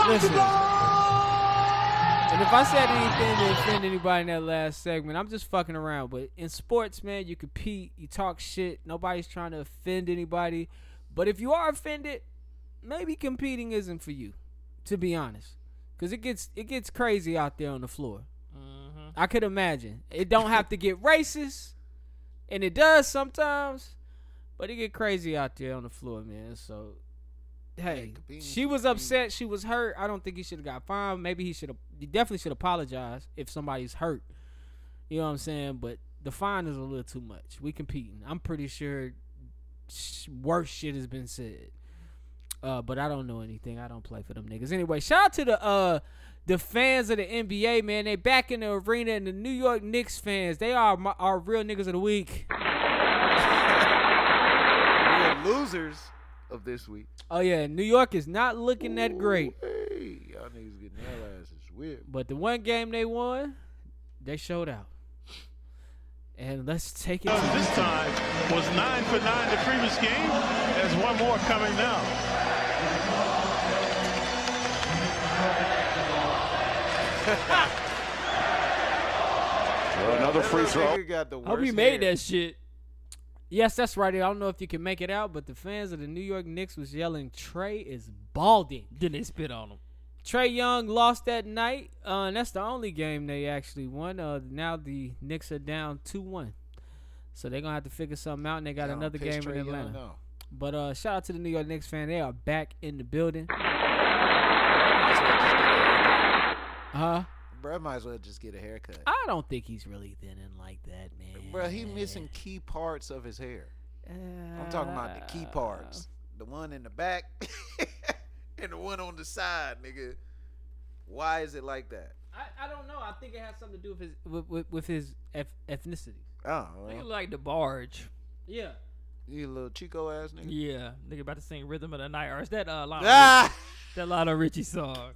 Listen. And if I said anything to offend anybody in that last segment, I'm just fucking around. But in sports, man, you compete, you talk shit. Nobody's trying to offend anybody. But if you are offended, maybe competing isn't for you, to be honest. Cause it gets it gets crazy out there on the floor. I could imagine. It don't have to get racist, and it does sometimes, but it get crazy out there on the floor, man. So, hey,
competing
she was upset. She was hurt. I don't think he should have got fined. Maybe he should have. He definitely should apologize if somebody's hurt. You know what I'm saying? But the fine is a little too much. We competing. I'm pretty sure sh- worse shit has been said. Uh, but I don't know anything. I don't play for them niggas. Anyway, shout out to the uh the fans of the NBA, man. They back in the arena and the New York Knicks fans, they are my, our real niggas of the week.
We're losers of this week.
Oh yeah, New York is not looking that great.
Ooh, Hey, y'all niggas getting their asses whipped.
But the one game they won, they showed out. And let's take it to
This time was nine for nine the previous game. There's one more coming now. Another free
That
throw.
nigga got the worst
Hope you made
hair.
that shit.
Yes, that's right. I don't know if you can make it out, but the fans of the New York Knicks was yelling, Trey is balding.
Then they spit on him.
Trey Young lost that night, uh, and that's the only game they actually won. Uh, now the Knicks are down two one, so they're gonna have to figure something out. And they got
Y'all
another
pissed
game
Trae
in
Young
Atlanta.
off.
But uh, shout out to the New York Knicks fan. They are back in the building. Huh?
Bruh might as well just get a haircut.
I don't think he's really thinning like that, man.
Bruh, he missing key parts of his hair. I'm talking about the key parts. The one in the back and the one on the side, nigga. Why is it like that?
I, I don't know. I think it has something to do with his with, with, with his eth- ethnicity.
Oh,
Nigga
well,
like the barge.
Yeah.
you little Chico ass nigga.
Yeah, nigga about to sing "Rhythm of the Night" or is that uh Lionel,
Ah!
that Lionel Richie song?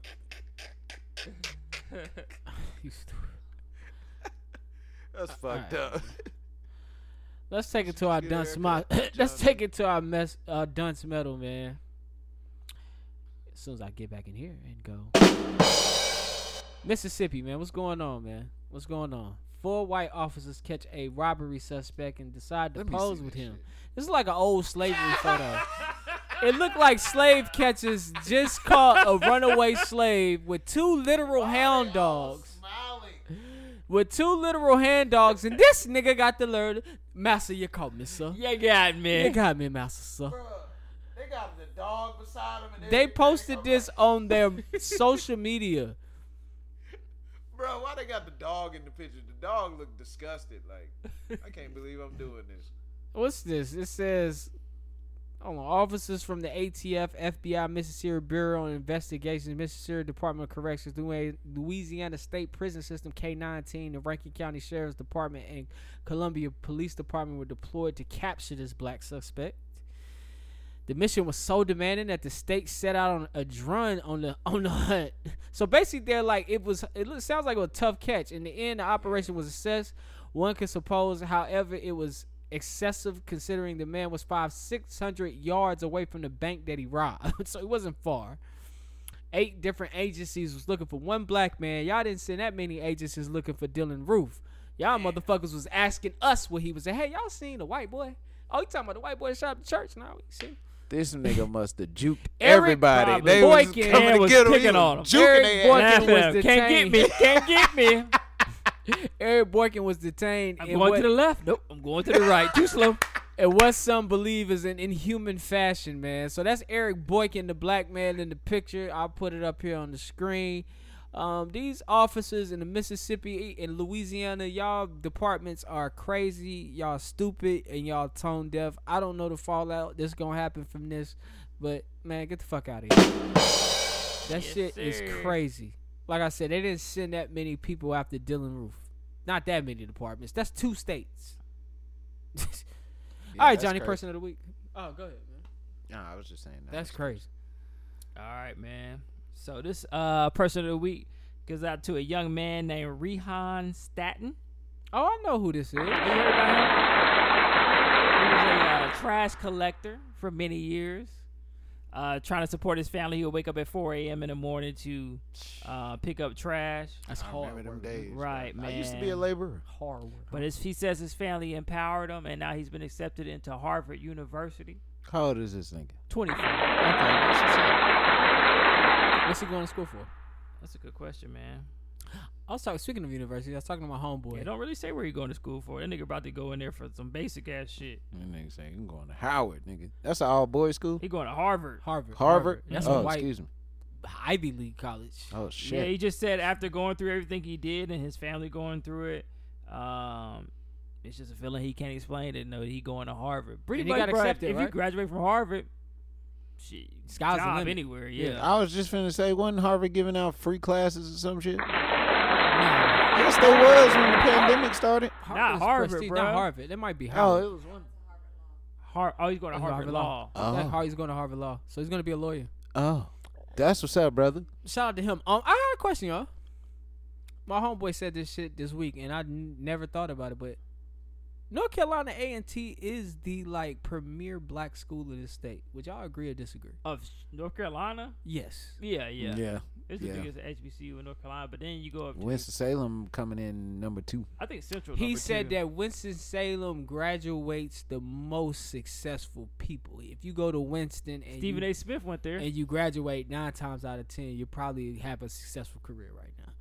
You stupid.
That's fucked up.
Let's take it to our
get a
dunce. My,
haircut.
let's
Johnson.
take it to our mess. Uh, dunce metal, man. As soon as I get back in here and go, Mississippi, man. What's going on, man? What's going on? Four white officers catch a robbery suspect and decide to
Let me see
pose with
this
him.
shit.
This is like an old slavery photo. It looked like slave catchers just caught a runaway slave with two literal hound dogs. with two literal hand dogs, and this nigga got the learn. Master, you caught me, sir.
You got
You
me.
got me, Master, sir.
They got the dog beside him. And
They posted this on their social media.
Bro, why they got the dog in the picture? The dog looked disgusted. Like, I can't believe I'm doing this.
What's this? It says, hold on, officers from the ATF, FBI, Mississippi Bureau of Investigations, Mississippi Department of Corrections, Louis- Louisiana State Prison System K-19, the Rankin County Sheriff's Department, and Columbia Police Department were deployed to capture this black suspect. The mission was so demanding that the state set out on a drone on the on the hunt. So basically, they're like it was. It loo- sounds like a tough catch. In the end, the operation was assessed. One could suppose, however, it was excessive considering the man was five six hundred yards away from the bank that he robbed. so it wasn't far. Eight different agencies was looking for one black man. Y'all didn't send that many agencies looking for Dylan Roof. Y'all motherfuckers was asking us what he was at. Hey, y'all seen the white boy? Oh, you talking about the white boy shot up the church? Now we see.
This nigga must have juked
Eric
everybody.
probably.
They was
Boykin
coming
was
to get him.
picking
He was
on him.
juking
Eric
they
Boykin
ass.
Laugh
was
at him.
detained.
Can't get me. Can't get me.
Eric Boykin was detained.
I'm
in
going
what-
to the left. Nope. I'm going to the right. Too slow.
And what some believe is an inhuman fashion, man. So that's Eric Boykin, the black man in the picture. I'll put it up here on the screen. Um, these officers in the Mississippi and Louisiana, y'all departments are crazy, y'all stupid, and y'all tone deaf. I don't know the fallout that's gonna happen from this, but man, get the fuck out of here. That shit is crazy. Like I said, they didn't send that many people after Dylan Roof. Not that many departments. That's two states. All right,
that's
Johnny,
crazy.
person of the week. Oh, go ahead, man.
No, I was just saying that.
That's crazy.
All right, man. So this uh person of the week goes out to a young man named Rehan Staten.
Oh, I know who this is.
You heard about him? He was a uh, trash collector for many years. Uh, trying to support his family, he would wake up at 4 a.m. in the morning to uh, pick up trash.
That's
I remember them days. bro.
Right,
I used to be a
man.
laborer.
Hard work.
But his, he says his family empowered him, and now he's been accepted into Harvard University.
How old is this nigga?
24.
Okay, that's what's up. What's he going to school for?
That's a good question, man.
I was talking. Speaking of university, I was talking to my homeboy.
They don't really say where he going to school for. That nigga about to go in there for some basic ass shit.
That nigga saying, I'm going to Howard, nigga. That's an all boys school?
He going to Harvard.
Harvard.
Harvard?
That's
oh,
a white
excuse me.
Ivy League college.
Oh,
Yeah,
shit.
he just said after going through everything he did and his family going through it, um, it's just a feeling he can't explain it. No, he going to Harvard. Pretty
And he
much,
got
bruh,
accepted,
if
right?
you graduate from Harvard, shit,
Sky's the
job
limit.
anywhere.
Yeah.
Yeah.
I was just finna say, wasn't Harvard giving out free classes or some shit?
Nah,
Yes, they was when the pandemic started.
Harvard is
Harvard,
prestige-
bruh.
Not Harvard. That might be Harvard.
Oh, it was one.
Har- oh, he's going to Harvard, Law.
Oh.
That's how he's going to Harvard Law. So he's going to be a lawyer.
Oh, that's what's up, brother.
Shout out to him. Um, I had a question, y'all. My homeboy said this shit this week, and I n- never thought about it, but North Carolina A and T is the like premier black school in the state. Would y'all agree or disagree?
Of North Carolina?
Yes.
Yeah, yeah. It's the
yeah.
biggest HBCU in North Carolina, but then you go up to,
Winston Salem coming in number two.
I think Central.
He
number
said
two.
that Winston Salem graduates the most successful people. If you go to Winston and
Stephen
you,
A. Smith went there.
and you graduate nine times out of ten, you probably have a successful career right now.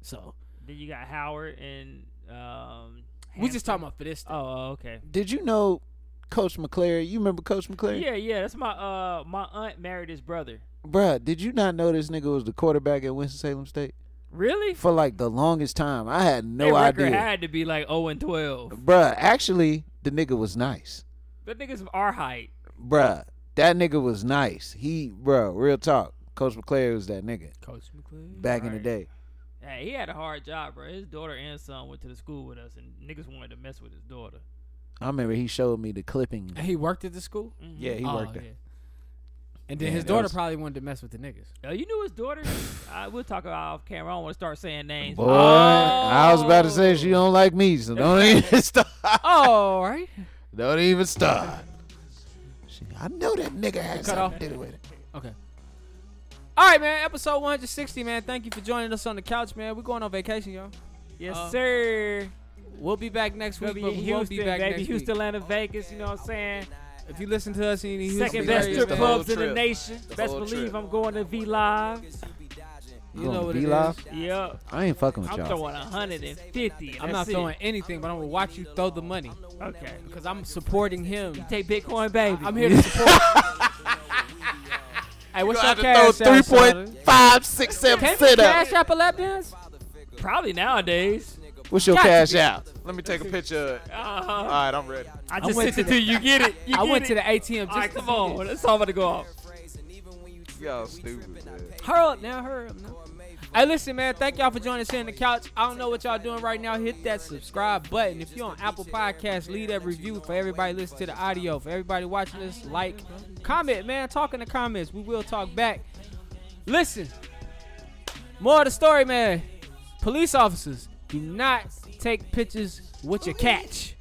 So
Then you got Howard and um.
we just talking
Hampton.
about for this. thing.
Oh, oh, okay.
Did you know Coach McClary? You remember Coach McClary?
Yeah, yeah. That's my uh my aunt married his brother.
Bruh, did you not know this nigga was the quarterback at Winston Salem State?
Really?
For like the longest time. I had no
Their record
idea.
had to be like 0 and 12.
Bruh, actually, the nigga was nice.
That nigga's our height.
Bruh, that nigga was nice. He, bruh, real talk. Coach McClary was that nigga
Coach McClure.
back in the
Right.
day.
Hey, he had a hard job, bro. His daughter and son went to the school with us, and niggas wanted to mess with his daughter.
I remember he showed me the clipping.
He worked at the school.
Mm-hmm.
Yeah, he
Oh,
worked there.
yeah. And then
Yeah,
his
that
daughter
was-
probably wanted to mess with the niggas.
Uh, you knew his daughter? I, we'll talk about off camera. I don't want to start saying names.
Oh.
Boy, I was about to say she don't like me, so don't even start.
Oh, right.
Don't even start. She, I know that nigga had
Cut
something
off.
to do with it.
Okay. All right, man. Episode 160, man. Thank you for joining us on the couch, man. We're going on vacation, y'all.
Yes,
Uh,
sir.
We'll be back next
We'll
week,
be
but
in
we won't
Houston,
be back
baby.
next
Houston,
week.
Atlanta, Vegas. You know what I'm saying?
If you listen to us and you need
Second
be
best
there,
strip
man.
clubs in
Whole
the
trip.
nation. Best
whole
believe
trip.
I'm going to V Live.
You know what it
B-Live?
is.
Yep.
I ain't fucking with
I'm
y'all.
throwing 150.
I'm not
That's it.
throwing anything, but I'm gonna watch you throw the money
Okay.
because I'm supporting him.
Take Bitcoin, baby.
I'm here to support. hey, what's your cash
Throw
app? Three
five six seven
Can you cash app a lap dance?
Probably nowadays.
What's your
Got
cash out? Let me take a picture. of it. All
Uh,
right, I'm ready.
I just
went
sent it to you. Get it. You
I
get
went
it.
to the ATM
All right,
just
come on. That's all about to go off.
Y'all stupid. Man.
Hurry up now, hurry up now. Hey, listen, man. Thank y'all for joining us here on the couch. I don't know what y'all doing right now. Hit that subscribe button. If you're on Apple Podcasts, leave that review for everybody listening to the audio. For everybody watching this, like, comment, man. Talk in the comments. We will talk back. Listen, more of the story, man. Police officers, do not take pictures with your catch.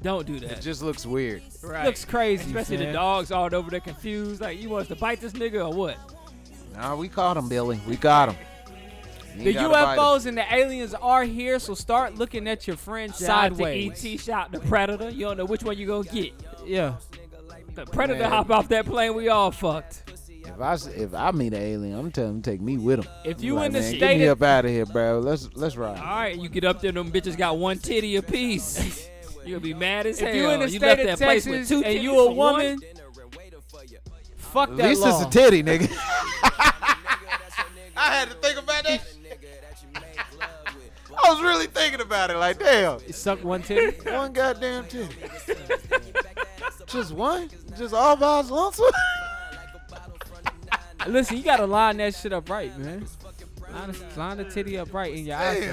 Don't do
It
that.
just looks weird.
Right.
Looks crazy,
Especially the
man.
dogs all over there confused. Like, you want us to bite this nigga or what?
Nah, we caught him, Billy. We got him. You
The
gotta bite him.
UFOs and the aliens are here, so start looking at your friends
Shout out
sideways.
to ET, shout out to Predator. You don't know which one you gonna get.
Yeah.
The Predator
Man.
hop off that plane, we all fucked.
If I s- if I meet an alien, I'm telling him to take me with him.
If you
Like,
in the
man, get
state
me
of
up out of here, bro. Let's let's ride.
All right, you get up there, them bitches got one titty apiece. You'll be mad as hell.
If you in the state
left
of
that place with
Texas
two
and
titties
you a
for one?
woman, fuck
At
that
least
law.
it's a titty, nigga.
I had to think about that.
I was really thinking about it. Like, damn,
Suck one titty.
one goddamn titty. just one? Just all by his lonesome?
Listen, you gotta line that shit up right, man. Line, the- line the titty up right in your eyes.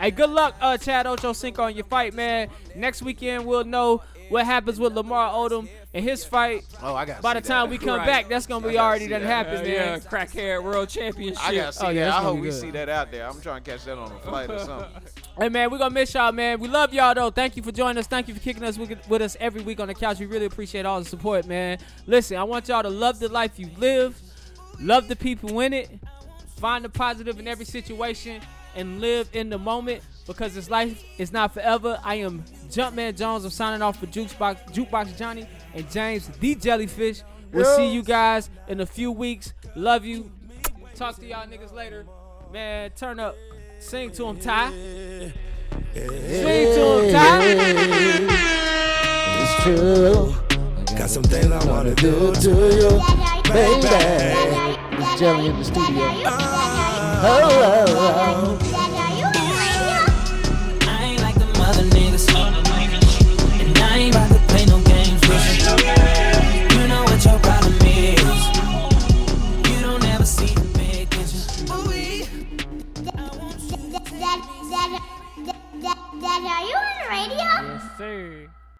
Hey, good luck, uh, Chad Ochocinco on your fight, man. Next weekend we'll know what happens with Lamar Odom and his fight.
Oh, I got.
By the time we come
Right.
back, that's gonna be
I gotta
already
see
done
that.
happened,
Uh, yeah,
man.
crack hair world championship.
I gotta see
Oh, yeah,
that.
it's
I
gonna
hope
be
we
good.
see that out there. I'm trying to catch that on a flight or something.
Hey man, we're gonna miss y'all, man. We love y'all though. Thank you for joining us. Thank you for kicking us with, with us every week on the couch. We really appreciate all the support, man. Listen, I want y'all to love the life you live, love the people in it, find the positive in every situation, and live in the moment because this life is not forever. I am Jumpman Jones. I'm signing off for Jukebox, Jukebox Johnny and James the Jellyfish. We'll see you guys in a few weeks. Love you. Talk to y'all niggas later. Man, turn up. Sing to him, Ty. Sing to him, Ty.
It's true.
Got some things I wanna do.
to you,
Daddy,
It's Jelly in the studio.
Ah.
Oh,
Dad, are you on the radio?
I ain't like the mother niggas. And I ain't about to play no games with you. You know what your problem is. You don't ever see the big picture.
Dad, Dad, Dad, Dad, Dad, are you on the radio?
Yes, sir.